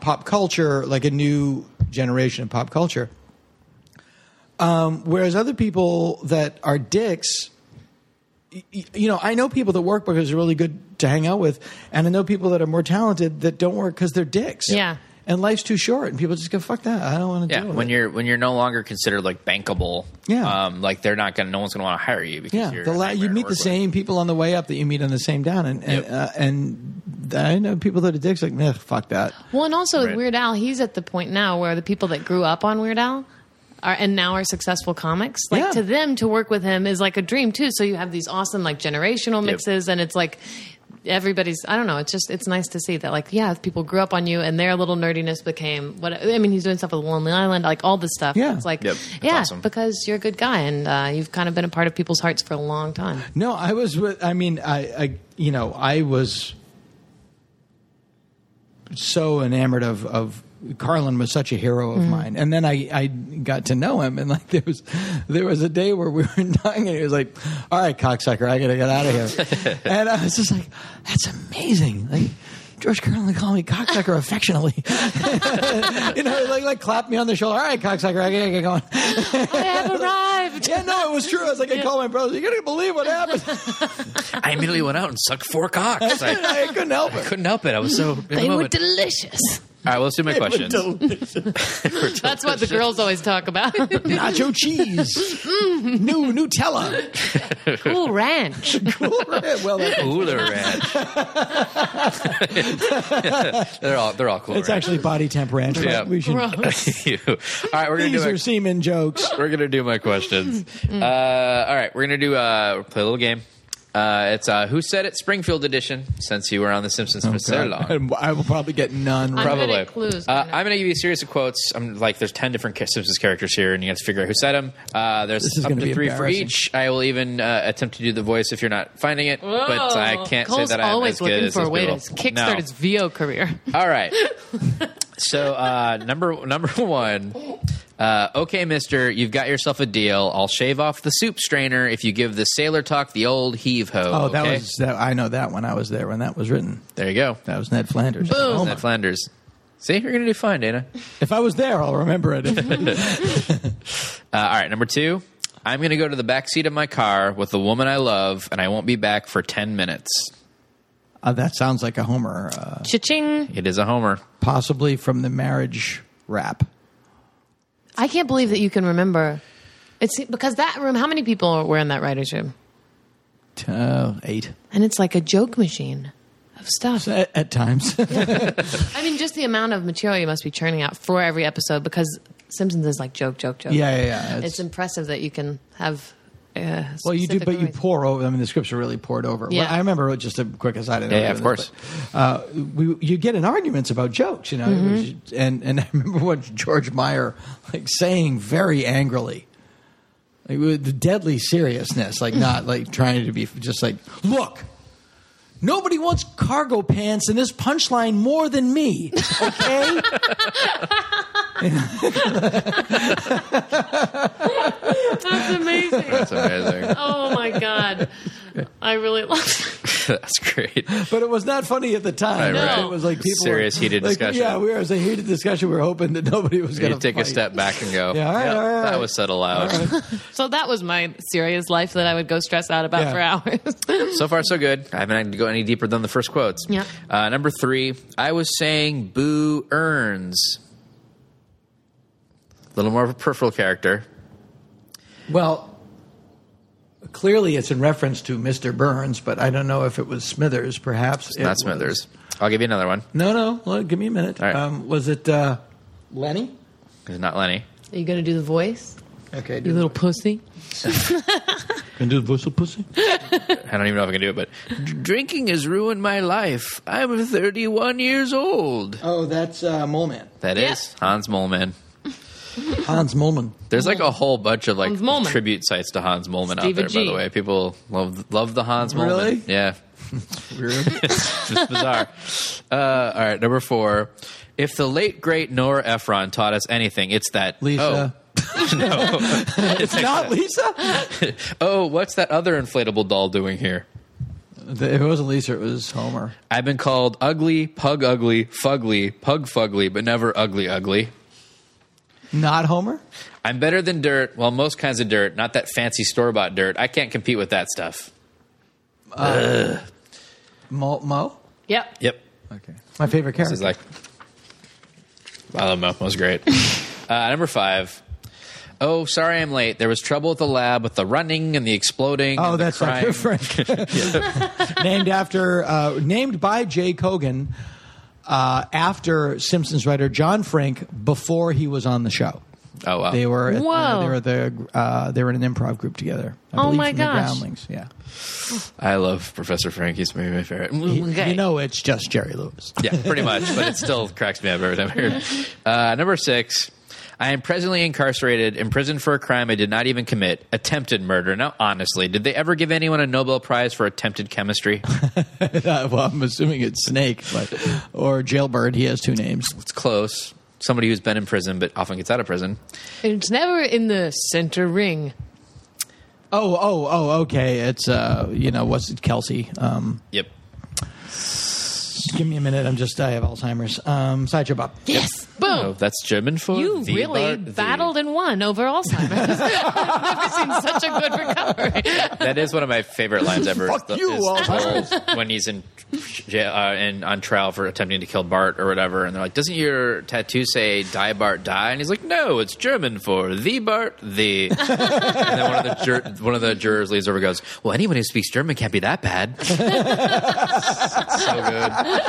Speaker 4: pop culture, like a new generation of pop culture. Um, whereas other people that are dicks, y- y- you know, I know people that work because they're really good to hang out with, and I know people that are more talented that don't work because they're dicks.
Speaker 3: Yeah.
Speaker 4: And life's too short, and people just go fuck that. I don't want to
Speaker 2: Yeah,
Speaker 4: deal with
Speaker 2: when
Speaker 4: it."
Speaker 2: you're when you're no longer considered like bankable,
Speaker 4: Yeah.
Speaker 2: um, like they're not gonna, no one's gonna want to hire you because
Speaker 4: yeah,
Speaker 2: you're
Speaker 4: the
Speaker 2: a
Speaker 4: la-
Speaker 2: nightmare
Speaker 4: you
Speaker 2: to
Speaker 4: meet
Speaker 2: work
Speaker 4: the
Speaker 2: with.
Speaker 4: same people on the way up that you meet on the same down, and and,
Speaker 2: Yep.
Speaker 4: uh, and I know people that are dicks like, nah, fuck that.
Speaker 3: Well, and also with
Speaker 2: Right.
Speaker 3: Weird Al, he's at the point now where the people that grew up on Weird Al are and now are successful comics. Like
Speaker 4: Yeah.
Speaker 3: to them, to work with him is like a dream too. So you have these awesome like generational mixes, and it's like everybody's. I don't know. It's just it's nice to see that like yeah, if people grew up on you and their little nerdiness became what I mean. He's doing stuff with Lonely Island, like all this stuff.
Speaker 4: Yeah.
Speaker 3: it's like
Speaker 2: Yep. That's
Speaker 3: yeah,
Speaker 2: awesome.
Speaker 3: because you're a good guy and uh, you've kind of been a part of people's hearts for a long time.
Speaker 4: No, I was with. I mean, I, I you know, I was so enamored of of Carlin was such a hero of mine, and then I I got to know him, and like there was there was a day where we were dying, and he was like, "All right, cocksucker, I gotta get out of here," and I was just like, "That's amazing!" Like. George Carlin called me cocksucker affectionately. you know, like like clapped me on the shoulder. All right, cocksucker, I gotta get going.
Speaker 3: I have arrived.
Speaker 4: Yeah, no, it was true. I was like, I called my brother. You're gonna believe what happened.
Speaker 5: I immediately went out and sucked four cocks. I
Speaker 4: I couldn't help it.
Speaker 5: couldn't help it. I was so. in the
Speaker 3: They were
Speaker 5: moment.
Speaker 3: delicious.
Speaker 2: All right, well, let's do my questions.
Speaker 3: That's what the girls always talk about.
Speaker 4: Nacho cheese, new Nutella,
Speaker 3: cool ranch.
Speaker 4: cool. Well, that-
Speaker 5: Ooh, they're red. they're all they're all cool.
Speaker 4: it's
Speaker 5: right?
Speaker 4: actually body temp ranch. but
Speaker 5: Yeah.
Speaker 4: We should.
Speaker 3: Gross.
Speaker 5: You. All right, we're gonna
Speaker 4: These
Speaker 5: do
Speaker 4: are Mm.
Speaker 5: our,
Speaker 4: semen jokes.
Speaker 5: we're gonna do my questions.
Speaker 2: Uh, all right, we're gonna do uh, play a little game. Uh, it's uh, who said it Springfield edition. Since you were on The Simpsons for so long,
Speaker 4: I will probably get none.
Speaker 3: I'm
Speaker 4: Right.
Speaker 3: good
Speaker 2: probably.
Speaker 3: at clues.
Speaker 2: Uh, I'm going to give you a series of quotes. I'm like, there's ten different ca- Simpsons characters here, and you have to figure out who said them. Uh, there's
Speaker 4: This is
Speaker 2: up
Speaker 4: gonna
Speaker 2: to
Speaker 4: be
Speaker 2: three for
Speaker 4: embarrassing.
Speaker 2: each. I will even uh, attempt to do the voice if you're not finding it, but I can't
Speaker 3: Cole's
Speaker 2: say that I'm
Speaker 3: always
Speaker 2: as
Speaker 3: looking
Speaker 2: good as
Speaker 3: for a
Speaker 2: those
Speaker 3: way to
Speaker 2: people. No.
Speaker 3: kickstart his VO career.
Speaker 2: All right. so uh, number number one. Uh, okay, Mister, you've got yourself a deal. I'll shave off the soup strainer if you give the sailor talk the old heave ho.
Speaker 4: Oh, that was that. I know that one. I was there when that was written.
Speaker 2: there. You go,
Speaker 4: That was Ned Flanders.
Speaker 3: Boom.
Speaker 4: Oh, my-
Speaker 2: Ned Flanders. See, you're gonna do fine, Dana.
Speaker 4: If I was there, I'll remember it.
Speaker 2: Uh, all right, number two. I'm gonna go to the back seat of my car with the woman I love, and I won't be back for ten minutes.
Speaker 4: Uh, that sounds like a Homer, uh,
Speaker 3: Cha-ching.
Speaker 2: It is a homer.
Speaker 4: possibly from the marriage rap.
Speaker 3: I can't believe that you can remember. It's because that room, how many people were in that writer's room?
Speaker 4: Uh, eight
Speaker 3: And it's like a joke machine of stuff.
Speaker 4: at, at times.
Speaker 3: I mean, just the amount of material you must be churning out for every episode because Simpsons is like joke, joke, joke.
Speaker 4: Yeah, yeah, yeah.
Speaker 3: It's, impressive that you can have. Uh,
Speaker 4: well, you do,
Speaker 3: specific
Speaker 4: but you
Speaker 3: memories.
Speaker 4: pour over. I mean, the scripts are really poured over.
Speaker 3: Yeah.
Speaker 4: Well, I remember just a quick aside. I know
Speaker 2: Yeah, yeah,
Speaker 4: we're
Speaker 2: of
Speaker 4: doing
Speaker 2: course.
Speaker 4: but, uh, we, you get in arguments about jokes, you know. It was-
Speaker 3: Mm-hmm.
Speaker 4: and and I remember what George Meyer like saying very angrily, like with the deadly seriousness, like not like trying to be just like look. Nobody wants cargo pants in this punchline more than me. Okay.
Speaker 3: That's amazing.
Speaker 2: That's amazing.
Speaker 3: oh my God. I really love
Speaker 2: That's great.
Speaker 4: But it was not funny at the time.
Speaker 2: Right,
Speaker 3: right.
Speaker 4: It was like people
Speaker 2: Serious
Speaker 4: were-
Speaker 2: heated
Speaker 4: like,
Speaker 2: discussion.
Speaker 4: Yeah, we were it was a heated discussion. We were hoping that nobody was going
Speaker 2: You
Speaker 4: to
Speaker 2: take a step back and go.
Speaker 4: Yeah, all right,
Speaker 2: "Yep,
Speaker 4: all right, all
Speaker 2: that
Speaker 4: right."
Speaker 2: was said aloud.
Speaker 3: So that was my serious life that I would go stress out about
Speaker 4: Yeah.
Speaker 3: for hours.
Speaker 2: So far, so good. I haven't had to go any deeper than the first quotes.
Speaker 3: Yeah.
Speaker 2: Uh, number three, I was saying Boo earns. A little more of a peripheral character.
Speaker 4: Well, clearly it's in reference to Mr. Burns, but I don't know if it was Smithers. Perhaps it
Speaker 2: Not
Speaker 4: was-
Speaker 2: Smithers. I'll give you another one.
Speaker 4: No, no. Look, give me a minute.
Speaker 2: All right.
Speaker 4: Um, was it uh, Lenny?
Speaker 2: It's not Lenny.
Speaker 3: Are you going to do the voice?
Speaker 4: Okay,
Speaker 3: You little pussy.
Speaker 4: can do the whistle, pussy.
Speaker 2: I don't even know if I can do it, but drinking has ruined my life. I'm 31 years old.
Speaker 4: Oh, that's uh, Mole Man.
Speaker 2: That is
Speaker 3: Yeah.
Speaker 2: Hans Moleman.
Speaker 4: Hans Moleman.
Speaker 2: There's like a whole bunch of like
Speaker 3: Hans Moleman.
Speaker 2: tribute sites to Hans Moleman out
Speaker 3: Stevie
Speaker 2: there. By
Speaker 3: G.
Speaker 2: the way, people love love the Hans
Speaker 4: Really?
Speaker 2: Moleman. Yeah,
Speaker 4: Weird.
Speaker 2: It's bizarre. uh, all right, number four. If the late great Nora Ephron taught us anything, it's that
Speaker 4: Lisa.
Speaker 2: Oh, it's
Speaker 4: Not Lisa.
Speaker 2: like, oh, what's that other inflatable doll doing here?
Speaker 4: if it wasn't Lisa, it was Homer.
Speaker 2: I've been called ugly, pug ugly, fugly, pug fugly, but never ugly ugly.
Speaker 4: Not Homer.
Speaker 2: I'm better than dirt. Well, most kinds of dirt, not that fancy store bought dirt. I can't compete with that stuff.
Speaker 4: Mo. Mo?
Speaker 3: Yep.
Speaker 2: Yep.
Speaker 4: Okay. My favorite character.
Speaker 2: This is like, I love Mouth was great. uh, number five. "Oh, sorry, I'm late. There was trouble at the lab with the running and the exploding. and
Speaker 4: Oh,
Speaker 2: the
Speaker 4: that's
Speaker 2: crying.
Speaker 4: Dr. Frank. named after, uh, named by Jay Cogan uh, after Simpsons writer John Frank before he was on the show.
Speaker 2: Oh, wow.
Speaker 4: They were at
Speaker 3: Whoa.
Speaker 4: The, they were the uh, they were in an improv group together. I
Speaker 3: Oh
Speaker 4: believe,
Speaker 3: my
Speaker 4: from
Speaker 3: gosh.
Speaker 4: The Groundlings. Yeah,
Speaker 2: I love Professor Frank. He's maybe my favorite.
Speaker 4: you know it's just Jerry Lewis.
Speaker 2: Yeah, pretty much. but it still cracks me up every time I hear it. Uh, number six. I am presently incarcerated, imprisoned for a crime I did not even commit, attempted murder. Now, honestly, did they ever give anyone a Nobel Prize for attempted chemistry?
Speaker 4: well, I'm assuming it's Snake, but or Jailbird. He has two names.
Speaker 2: It's close. Somebody who's been in prison but often gets out of prison.
Speaker 3: It's never in the center ring.
Speaker 4: Oh, oh, oh. Okay, it's uh, you know, what's it, Kelsey? Um,
Speaker 2: Yep.
Speaker 4: give me a minute. I'm just I have Alzheimer's. Um, Sideshow Bob.
Speaker 3: Yes.
Speaker 2: Oh,
Speaker 3: Boom.
Speaker 2: that's German for
Speaker 3: You
Speaker 2: the
Speaker 3: really
Speaker 2: bar- the-
Speaker 3: battled and won over Alzheimer's. I've never seen such a good recovery.
Speaker 2: That is one of my favorite lines ever.
Speaker 4: Fuck
Speaker 2: is-
Speaker 4: you,
Speaker 2: is
Speaker 4: Alzheimer's.
Speaker 2: told when he's in jail uh, and on trial for attempting to kill Bart or whatever, and they're like, "Doesn't your tattoo say die Bart die?" And he's like, "No, it's German for the Bart the." and then one of the jur- one of the jurors leans over and goes, "Well, anyone who speaks German can't be that bad." It's so good.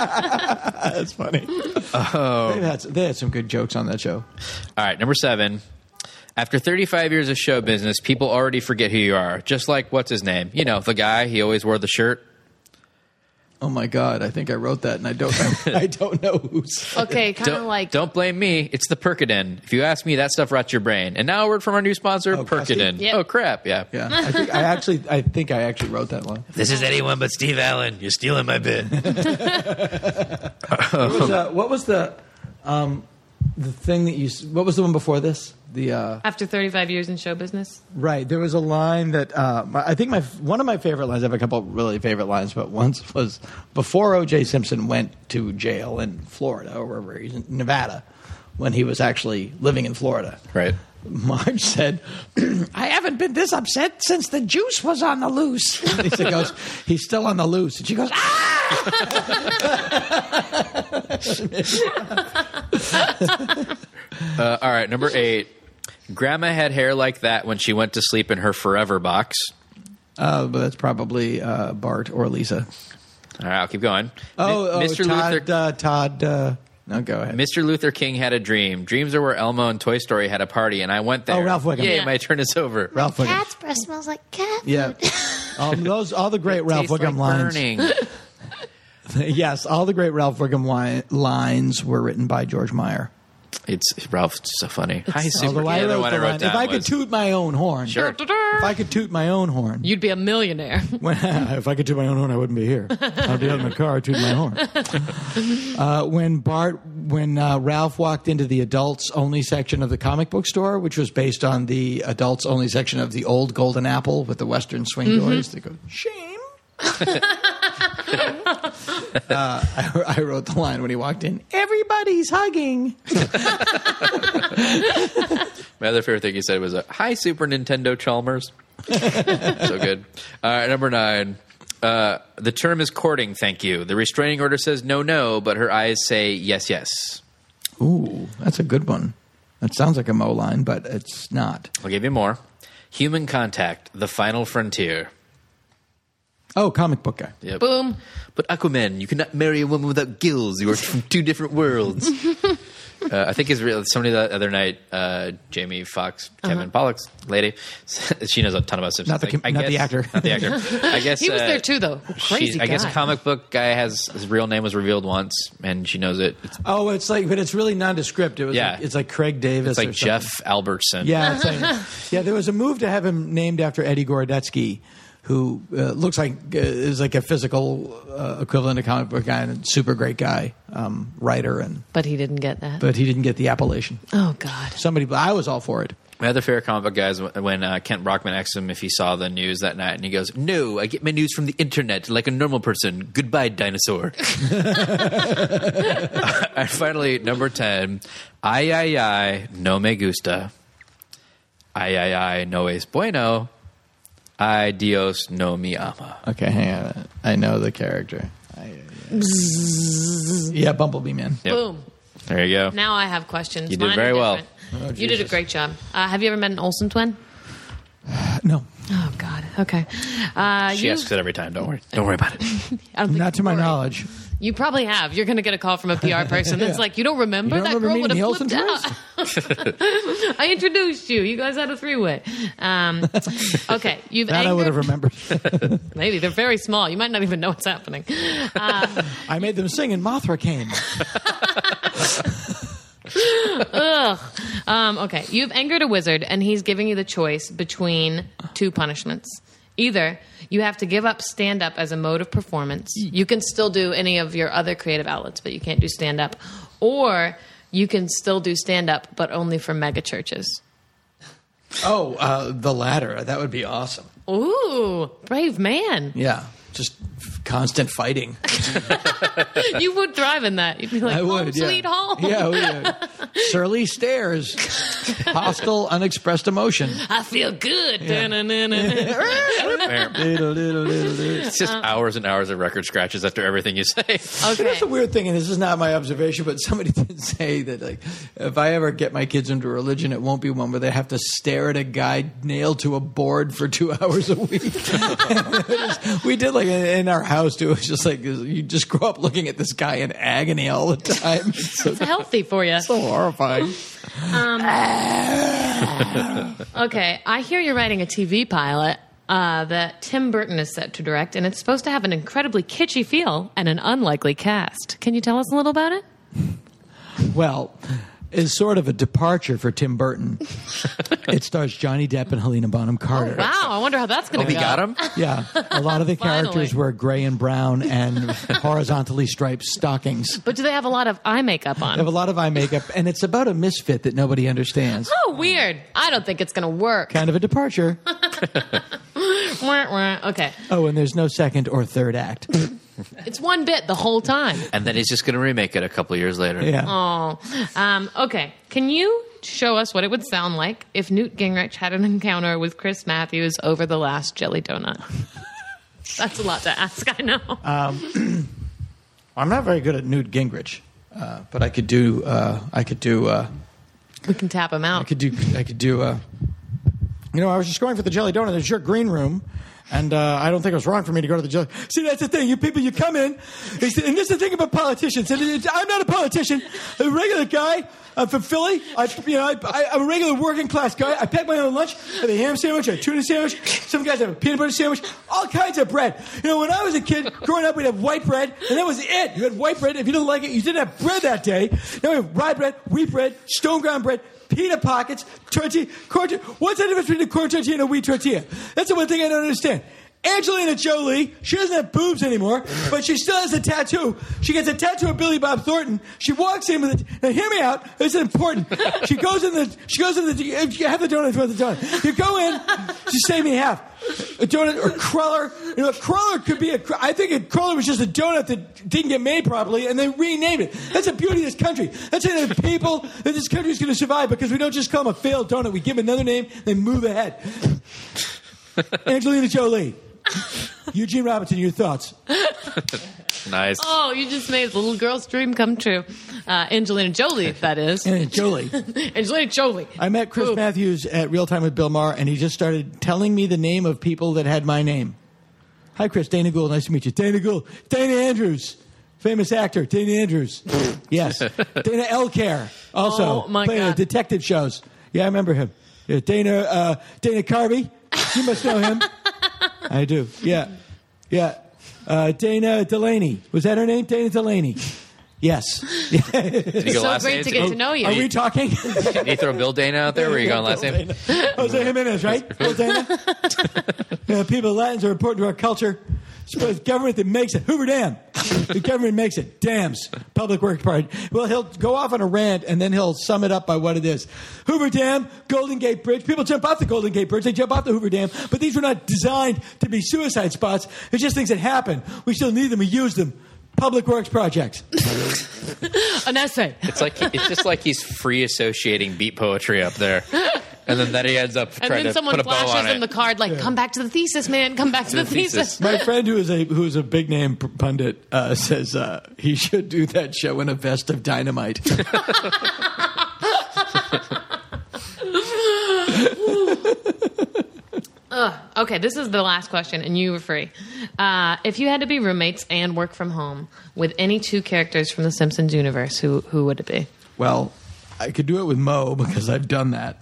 Speaker 4: That's funny. Oh, they had, they had some good jokes on that show.
Speaker 2: All right, number seven. After 35 years of show business, people already forget who you are. Just like what's his name? You know, the guy he always wore the shirt.
Speaker 4: Oh my god, I think I wrote that, and I don't, I, don't know who's.
Speaker 3: Okay, kind of
Speaker 2: don't,
Speaker 3: like
Speaker 2: don't blame me. It's the Percodan. If you ask me, that stuff rots your brain. And now a word from our new sponsor,
Speaker 4: Oh,
Speaker 2: Percodan.
Speaker 3: Yep.
Speaker 2: Oh crap! Yeah.
Speaker 4: Yeah, I think I actually, I think I actually wrote that one.
Speaker 5: This is anyone but Steve Allen. You're stealing my bit.
Speaker 4: What was, uh, what was the, um, the thing that you? s- What was the one before this? The uh,
Speaker 3: after 35 years in show business.
Speaker 4: right. There was a line that uh, my, I think my one of my favorite lines. I have a couple really favorite lines, but once was before O.J. Simpson went to jail in Florida or wherever he's in Nevada, when he was actually living in Florida.
Speaker 2: Right.
Speaker 4: Marge said, I haven't been this upset since the juice was on the loose. Lisa goes, He's still on the loose. And she goes, Ah!
Speaker 2: Uh, all right. Number eight. Grandma had hair like that when she went to sleep in her forever box.
Speaker 4: Uh, but that's probably uh, Bart or Lisa.
Speaker 2: All right. I'll keep going. Mi-
Speaker 4: Oh, oh,
Speaker 2: Mr.
Speaker 4: Todd.
Speaker 2: Luther.
Speaker 4: Uh, Todd. Uh, no, go ahead.
Speaker 2: Mr. Luther King had a dream. Dreams are where Elmo and Toy Story had a party, and I went there.
Speaker 4: Oh, Ralph Wiggum.
Speaker 2: Yay,
Speaker 3: Yeah.
Speaker 2: my turn is over.
Speaker 4: Ralph Wiggum.
Speaker 1: Cat's breath smells like cat.
Speaker 4: Yeah. Um, those all the great Ralph
Speaker 2: Tastes
Speaker 4: Wiggum
Speaker 2: like
Speaker 4: lines.
Speaker 2: burning.
Speaker 4: yes, all the great Ralph Wiggum wi- lines were written by George Meyer.
Speaker 2: it's Ralph's so funny. Hi, super.
Speaker 4: Although
Speaker 2: The
Speaker 4: I
Speaker 2: other
Speaker 4: wrote
Speaker 2: one
Speaker 4: the
Speaker 2: I wrote
Speaker 4: line,
Speaker 2: down
Speaker 4: if I could
Speaker 2: was-
Speaker 4: toot my own horn,
Speaker 2: Sure.
Speaker 4: If I could toot my own horn,
Speaker 3: You'd be a millionaire.
Speaker 4: When, if I could toot my own horn, I wouldn't be here. I'd be out in the car tooting my horn. Uh, when Bart, when uh, Ralph walked into the adults only section of the comic book store, which was based on the adults only section of the old Golden Apple with the Western swing doors, they go shame. uh, I, I wrote the line when he walked in. Everybody's hugging.
Speaker 2: My other favorite thing he said was, uh, "Hi, Super Nintendo Chalmers." so good. All right, number nine. Uh, the term is courting. Thank you. The restraining order says no, no, but her eyes say yes, yes.
Speaker 4: Ooh, that's a good one. That sounds like a Mo line, but it's not.
Speaker 2: I'll give you more. Human contact, the final frontier.
Speaker 4: Oh, comic book guy.
Speaker 2: Yep.
Speaker 3: Boom.
Speaker 2: But Aquaman, you cannot marry a woman without gills. You are from two different worlds. uh, I think it's real. Somebody the other night, uh, Jamie Fox,
Speaker 3: Uh-huh.
Speaker 2: Kevin Pollock's lady, she knows a ton about Simpsons.
Speaker 4: Not the com-
Speaker 2: I
Speaker 4: not the
Speaker 2: guess-
Speaker 4: actor.
Speaker 2: Not the actor. I guess
Speaker 3: He was
Speaker 2: uh,
Speaker 3: there too, though. Crazy
Speaker 2: She's- I guess
Speaker 3: guy.
Speaker 2: a comic book guy has his real name was revealed once, and she knows it. It's,
Speaker 4: Oh, it's like, but it's really nondescript. It was
Speaker 2: Yeah.
Speaker 4: like, it's like Craig Davis.
Speaker 2: it's like
Speaker 4: or
Speaker 2: Jeff
Speaker 4: something.
Speaker 2: Albertson.
Speaker 4: Yeah, it's like- yeah. There was a move to have him named after Eddie Gorodetsky, who uh, looks like uh, is like a physical uh, equivalent to comic book guy and a super great guy, um, writer, and
Speaker 3: But he didn't get that.
Speaker 4: but he didn't get the appellation.
Speaker 3: oh, God.
Speaker 4: Somebody, but I was all for it.
Speaker 2: My other favorite comic book guy is when uh, Kent Brockman asked him if he saw the news that night, and he goes, "No, I get my news from the internet, like a normal person. Goodbye, dinosaur." and finally, number ten, ay ay ay, no me gusta, ay ay ay, no es bueno, ay Dios no me ama.
Speaker 4: Okay, hang on. I know the character. I, yeah. yeah, Bumblebee man.
Speaker 2: Yep.
Speaker 3: Boom.
Speaker 2: There you go.
Speaker 3: Now I have questions.
Speaker 2: You did
Speaker 3: Mine are
Speaker 2: very well. Oh,
Speaker 3: different. you did a great job. Uh, have you ever met an Olsen twin?
Speaker 4: No,
Speaker 3: Oh God. Okay. Uh,
Speaker 2: She
Speaker 3: you,
Speaker 2: asks it every time. Don't worry. Don't worry about it.
Speaker 3: I don't think
Speaker 4: not to
Speaker 3: you
Speaker 4: my
Speaker 3: worry.
Speaker 4: knowledge.
Speaker 3: You probably have. You're going to get a call from a PR person that's like, you don't remember
Speaker 4: You don't
Speaker 3: that
Speaker 4: remember
Speaker 3: girl
Speaker 4: meeting
Speaker 3: would have
Speaker 4: the
Speaker 3: flipped
Speaker 4: Olsen
Speaker 3: out. I introduced you. You guys had a three way. Um, okay, you've
Speaker 4: That I would have
Speaker 3: angered.
Speaker 4: remembered.
Speaker 3: Maybe they're very small. You might not even know what's happening. Um,
Speaker 4: I made them sing in Mothra Cane.
Speaker 3: Um, okay, you've angered a wizard, and he's giving you the choice between two punishments. Either you have to give up stand up as a mode of performance. You can still do any of your other creative outlets, but you can't do stand up. Or you can still do stand up, but only for mega churches.
Speaker 4: Oh, uh, the latter. That would be awesome.
Speaker 3: Ooh, brave man.
Speaker 4: Yeah, just f- constant fighting.
Speaker 3: You would thrive in that. You'd be like,
Speaker 4: I would.
Speaker 3: home,
Speaker 4: yeah.
Speaker 3: sweet home.
Speaker 4: Yeah, we would. Surly stares, hostile, unexpressed emotion.
Speaker 3: I feel good. Da-na-na-na.
Speaker 4: Diddle, diddle, diddle, diddle.
Speaker 5: It's
Speaker 3: Uh.
Speaker 5: just hours and hours of record scratches after everything you say.
Speaker 3: Okay.
Speaker 4: That's a weird thing, and this is not my observation, but somebody did say that like if I ever get my kids into religion, it won't be one where they have to stare at a guy nailed to a board for two hours a week. we did like in in our house too. It was just like you just grow up looking at this guy in agony all the time. It's so,
Speaker 3: It's healthy for you.
Speaker 4: so horrifying.
Speaker 3: Okay, I hear you're writing a TV pilot uh, that Tim Burton is set to direct, and it's supposed to have an incredibly kitschy feel and an unlikely cast. Can you tell us a little about it?
Speaker 4: Well, is sort of a departure for Tim Burton. it stars Johnny Depp and Helena Bonham Carter.
Speaker 3: Oh, Wow, I wonder how that's
Speaker 4: Oh,
Speaker 3: going to
Speaker 5: We
Speaker 3: go.
Speaker 5: got him.
Speaker 4: Yeah, a lot of the characters
Speaker 3: Finally.
Speaker 4: were gray and brown and horizontally striped stockings.
Speaker 3: But do they have a lot of eye makeup
Speaker 4: I have a
Speaker 3: on?
Speaker 4: lot of eye makeup, and it's about a misfit that nobody understands.
Speaker 3: Oh, weird. I don't think it's going to work.
Speaker 4: Kind of a departure.
Speaker 3: Wah, wah. Okay,
Speaker 4: Oh, and there's no second or third act.
Speaker 3: it's one bit the whole time.
Speaker 5: And then he's just going to remake it a couple years later.
Speaker 4: Yeah.
Speaker 3: Oh, um, okay. Can you show us what it would sound like if Newt Gingrich had an encounter with Chris Matthews over the last jelly donut? That's a lot to ask, I know.
Speaker 4: Uh, I'm not very good at Newt Gingrich, uh, but I could do. Uh, I could do. Uh,
Speaker 3: we can tap him out.
Speaker 4: I could do. I could do. Uh, you know, I was just going for the jelly donut. It's your green room. And uh, I don't think it was wrong for me to go to the jelly. See, that's the thing. You people, you come in, they say- and this is the thing about politicians. And it's- I'm not a politician. I'm a regular guy. I'm from Philly. I, you know, I, I, I'm a regular working class guy. I pack my own lunch. I have a ham sandwich, a tuna sandwich. Some guys have a peanut butter sandwich. All kinds of bread. You know, when I was a kid growing up, we'd have white bread, and that was it. You had white bread. If you didn't like it, you didn't have bread that day. Now we have rye bread, wheat bread, stone ground bread, pita pockets, tortilla. Corn, what's the difference between a corn tortilla and a wheat tortilla? That's the one thing I don't understand. Angelina Jolie, she doesn't have boobs anymore, but she still has a tattoo. She gets a tattoo of Billy Bob Thornton. She walks in with it. Now hear me out. This is important. She goes in the. She goes in the. If you have the donut, if you want the donut. You go in. She save me half. A donut or cruller. You know, a cruller could be a. cr- I think a cruller was just a donut that didn't get made properly, and they renamed it. That's the beauty of this country. That's how the people that this country is going to survive because we don't just call them a failed donut. We give them another name. They move ahead. Angelina Jolie. Eugene Robinson, your thoughts?
Speaker 5: Nice.
Speaker 3: Oh, you just made the little girl's dream come true. Uh, Angelina Jolie, that is.
Speaker 4: Angelina Jolie.
Speaker 3: Angelina Jolie.
Speaker 4: I met Chris
Speaker 3: Ooh.
Speaker 4: Matthews at Real Time with Bill Maher, and he just started telling me the name of people that had my name. Hi, Chris. Dana Gould. Nice to meet you. Dana Gould. Dana Andrews. Famous actor. Dana Andrews. yes. Dana Elcare. Also,
Speaker 3: Oh, my
Speaker 4: played in
Speaker 3: God.
Speaker 4: detective shows. Yeah, I remember him. Yeah, Dana, uh, Dana Carvey. You must know him. I do. Yeah. Yeah. Uh, Dana Delaney. Was that her name? Dana Delaney. Yes.
Speaker 5: Did you go
Speaker 3: So
Speaker 5: last
Speaker 3: great
Speaker 5: name?
Speaker 3: to get to know you.
Speaker 4: Are we talking?
Speaker 5: Did you throw Bill Dana out there? Were you going last name?
Speaker 4: Jose Jimenez, right? Bill Dana? yeah, people, Latins are important to our culture. It's the government that makes it. Hoover Dam. The government makes it. Dams. Public Works Party. Well, he'll go off on a rant and then he'll sum it up by what it is. Hoover Dam, Golden Gate Bridge. People jump off the Golden Gate Bridge. They jump off the Hoover Dam. But these were not designed to be suicide spots. It's just things that happen. We still need them. We use them. Public Works projects.
Speaker 3: An essay.
Speaker 5: It's like it's just like he's free associating beat poetry up there, and then that he ends up
Speaker 3: And
Speaker 5: trying to
Speaker 3: then someone
Speaker 5: put a bow on
Speaker 3: flashes
Speaker 5: it.
Speaker 3: him the card, like, come back to the thesis, man. Come back to the,
Speaker 5: the
Speaker 3: thesis.
Speaker 5: thesis.
Speaker 4: My friend, who is a who is a big name p- pundit, uh, says uh, he should do that show in a vest of dynamite.
Speaker 3: Okay, this is the last question, and you were free. Uh, if you had to be roommates and work from home with any two characters from the Simpsons universe, who who would it be?
Speaker 4: Well, I could do it with Mo because I've done that.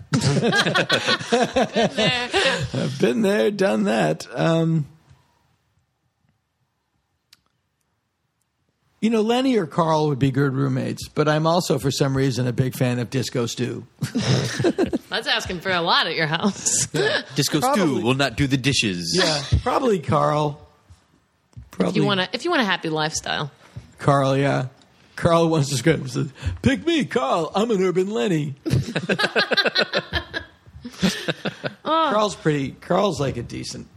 Speaker 4: I've been there, done that. Um, you know, Lenny or Carl would be good roommates, but I'm also, for some reason, a big fan of Disco Stew.
Speaker 3: That's asking for a lot at your house.
Speaker 5: Disco
Speaker 4: Probably.
Speaker 5: Stew will not do the dishes.
Speaker 4: Yeah, probably Carl. Probably
Speaker 3: if you want to, if you want a happy lifestyle,
Speaker 4: Carl, yeah. Carl wants to script and says, Pick me, Carl. I'm an urban Lenny.
Speaker 3: Oh.
Speaker 4: Carl's pretty. Carl's like a decent,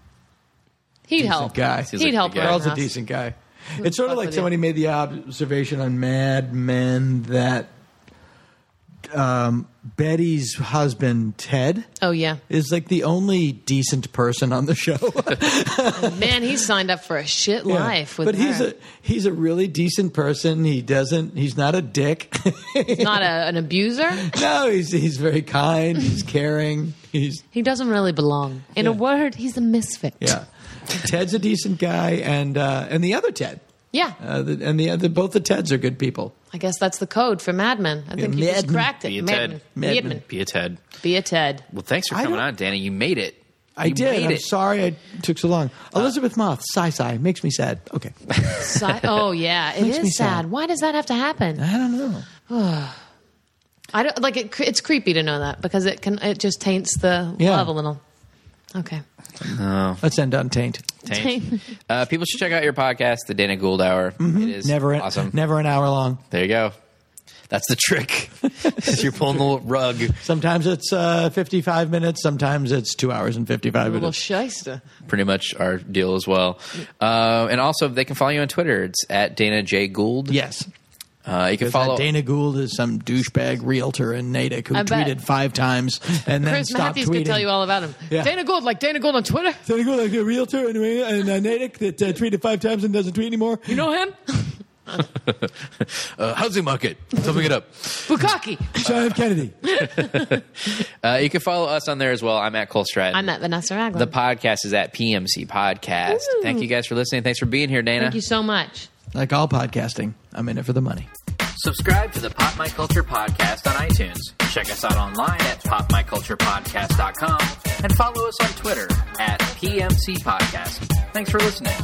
Speaker 3: he'd
Speaker 4: decent
Speaker 3: help.
Speaker 4: guy.
Speaker 3: He'd
Speaker 2: like a
Speaker 3: help.
Speaker 2: good guy.
Speaker 3: around
Speaker 4: Carl's
Speaker 3: the
Speaker 4: a
Speaker 3: house.
Speaker 4: decent guy. It's sort of
Speaker 3: fuck
Speaker 4: like
Speaker 3: with
Speaker 4: somebody
Speaker 3: you.
Speaker 4: made the observation on Mad Men that um, Betty's husband, Ted,
Speaker 3: Oh yeah,
Speaker 4: is like the only decent person on the show.
Speaker 3: man, he signed up for a shit
Speaker 4: Yeah.
Speaker 3: life. With
Speaker 4: but he's
Speaker 3: her.
Speaker 4: a he's a really decent person. He doesn't he's not a dick.
Speaker 3: not a, an abuser.
Speaker 4: no, he's he's very kind. He's caring. He's
Speaker 3: He doesn't really belong. In a
Speaker 4: Yeah.
Speaker 3: word, he's a misfit.
Speaker 4: yeah. Ted's a decent guy, and uh, and the other Ted,
Speaker 3: Yeah.
Speaker 4: uh, the, and the other both the Teds are good people.
Speaker 3: I guess that's the code for Mad Men. I think you just
Speaker 4: Madman.
Speaker 3: cracked it.
Speaker 2: Be a Ted.
Speaker 3: Madman. Madman.
Speaker 4: Madman.
Speaker 2: Be a Ted.
Speaker 3: Be a Ted.
Speaker 2: Well, thanks for
Speaker 4: I
Speaker 2: coming
Speaker 4: don't-
Speaker 2: on, Danny. You made it.
Speaker 4: I
Speaker 2: You
Speaker 4: did.
Speaker 2: made
Speaker 4: I'm
Speaker 2: it.
Speaker 4: sorry I took so long.
Speaker 3: Uh,
Speaker 4: Elizabeth Moth, sigh sigh, makes me sad. Okay,
Speaker 3: Si- oh yeah, it
Speaker 4: Makes me
Speaker 3: is
Speaker 4: sad.
Speaker 3: sad. Why does that have to happen?
Speaker 4: I don't know.
Speaker 3: I don't like it. cre- It's creepy to know that because it can. It just taints the
Speaker 4: Yeah.
Speaker 3: love a little. Okay.
Speaker 4: Let's end on taint.
Speaker 2: Taint. uh, people should check out your podcast, The Dana Gould Hour. It is
Speaker 4: Mm-hmm. Never an,
Speaker 2: awesome.
Speaker 4: never an hour long.
Speaker 2: There you go. That's the trick. Is You're pulling the rug.
Speaker 4: Sometimes it's uh, 55 minutes. Sometimes it's two hours and 55
Speaker 3: Little
Speaker 4: minutes.
Speaker 3: shyster.
Speaker 2: Pretty much our deal as well. Uh, and also, they can follow you on Twitter. It's at Dana J Gould.
Speaker 4: yes.
Speaker 2: Uh, you can
Speaker 4: Because that
Speaker 2: follow
Speaker 4: Dana Gould is some douchebag realtor in Natick who
Speaker 3: I bet.
Speaker 4: tweeted five times and then
Speaker 3: Chris
Speaker 4: stopped
Speaker 3: Matthews
Speaker 4: tweeting.
Speaker 3: could tell you all about him.
Speaker 4: Yeah.
Speaker 3: Dana Gold, like Dana Gold on Twitter.
Speaker 4: Dana Gould, like a realtor in, in uh, Natick that uh, tweeted five times and doesn't tweet anymore.
Speaker 3: You know him?
Speaker 5: Uh, housing market. Something it up.
Speaker 3: Bukaki.
Speaker 4: John F. Kennedy.
Speaker 2: Uh, you can follow us on there as well. I'm at Cole Stratton.
Speaker 3: I'm at Vanessa Ragland.
Speaker 2: the podcast is at PMC Podcast.
Speaker 3: Ooh.
Speaker 2: Thank you guys for listening. Thanks for being here, Dana.
Speaker 3: Thank you so much.
Speaker 4: Like all podcasting, I'm in it for the money.
Speaker 2: Subscribe to the Pop My Culture Podcast on iTunes. Check us out online at popmyculturepodcast.com and follow us on Twitter at PMC Podcast. Thanks for listening.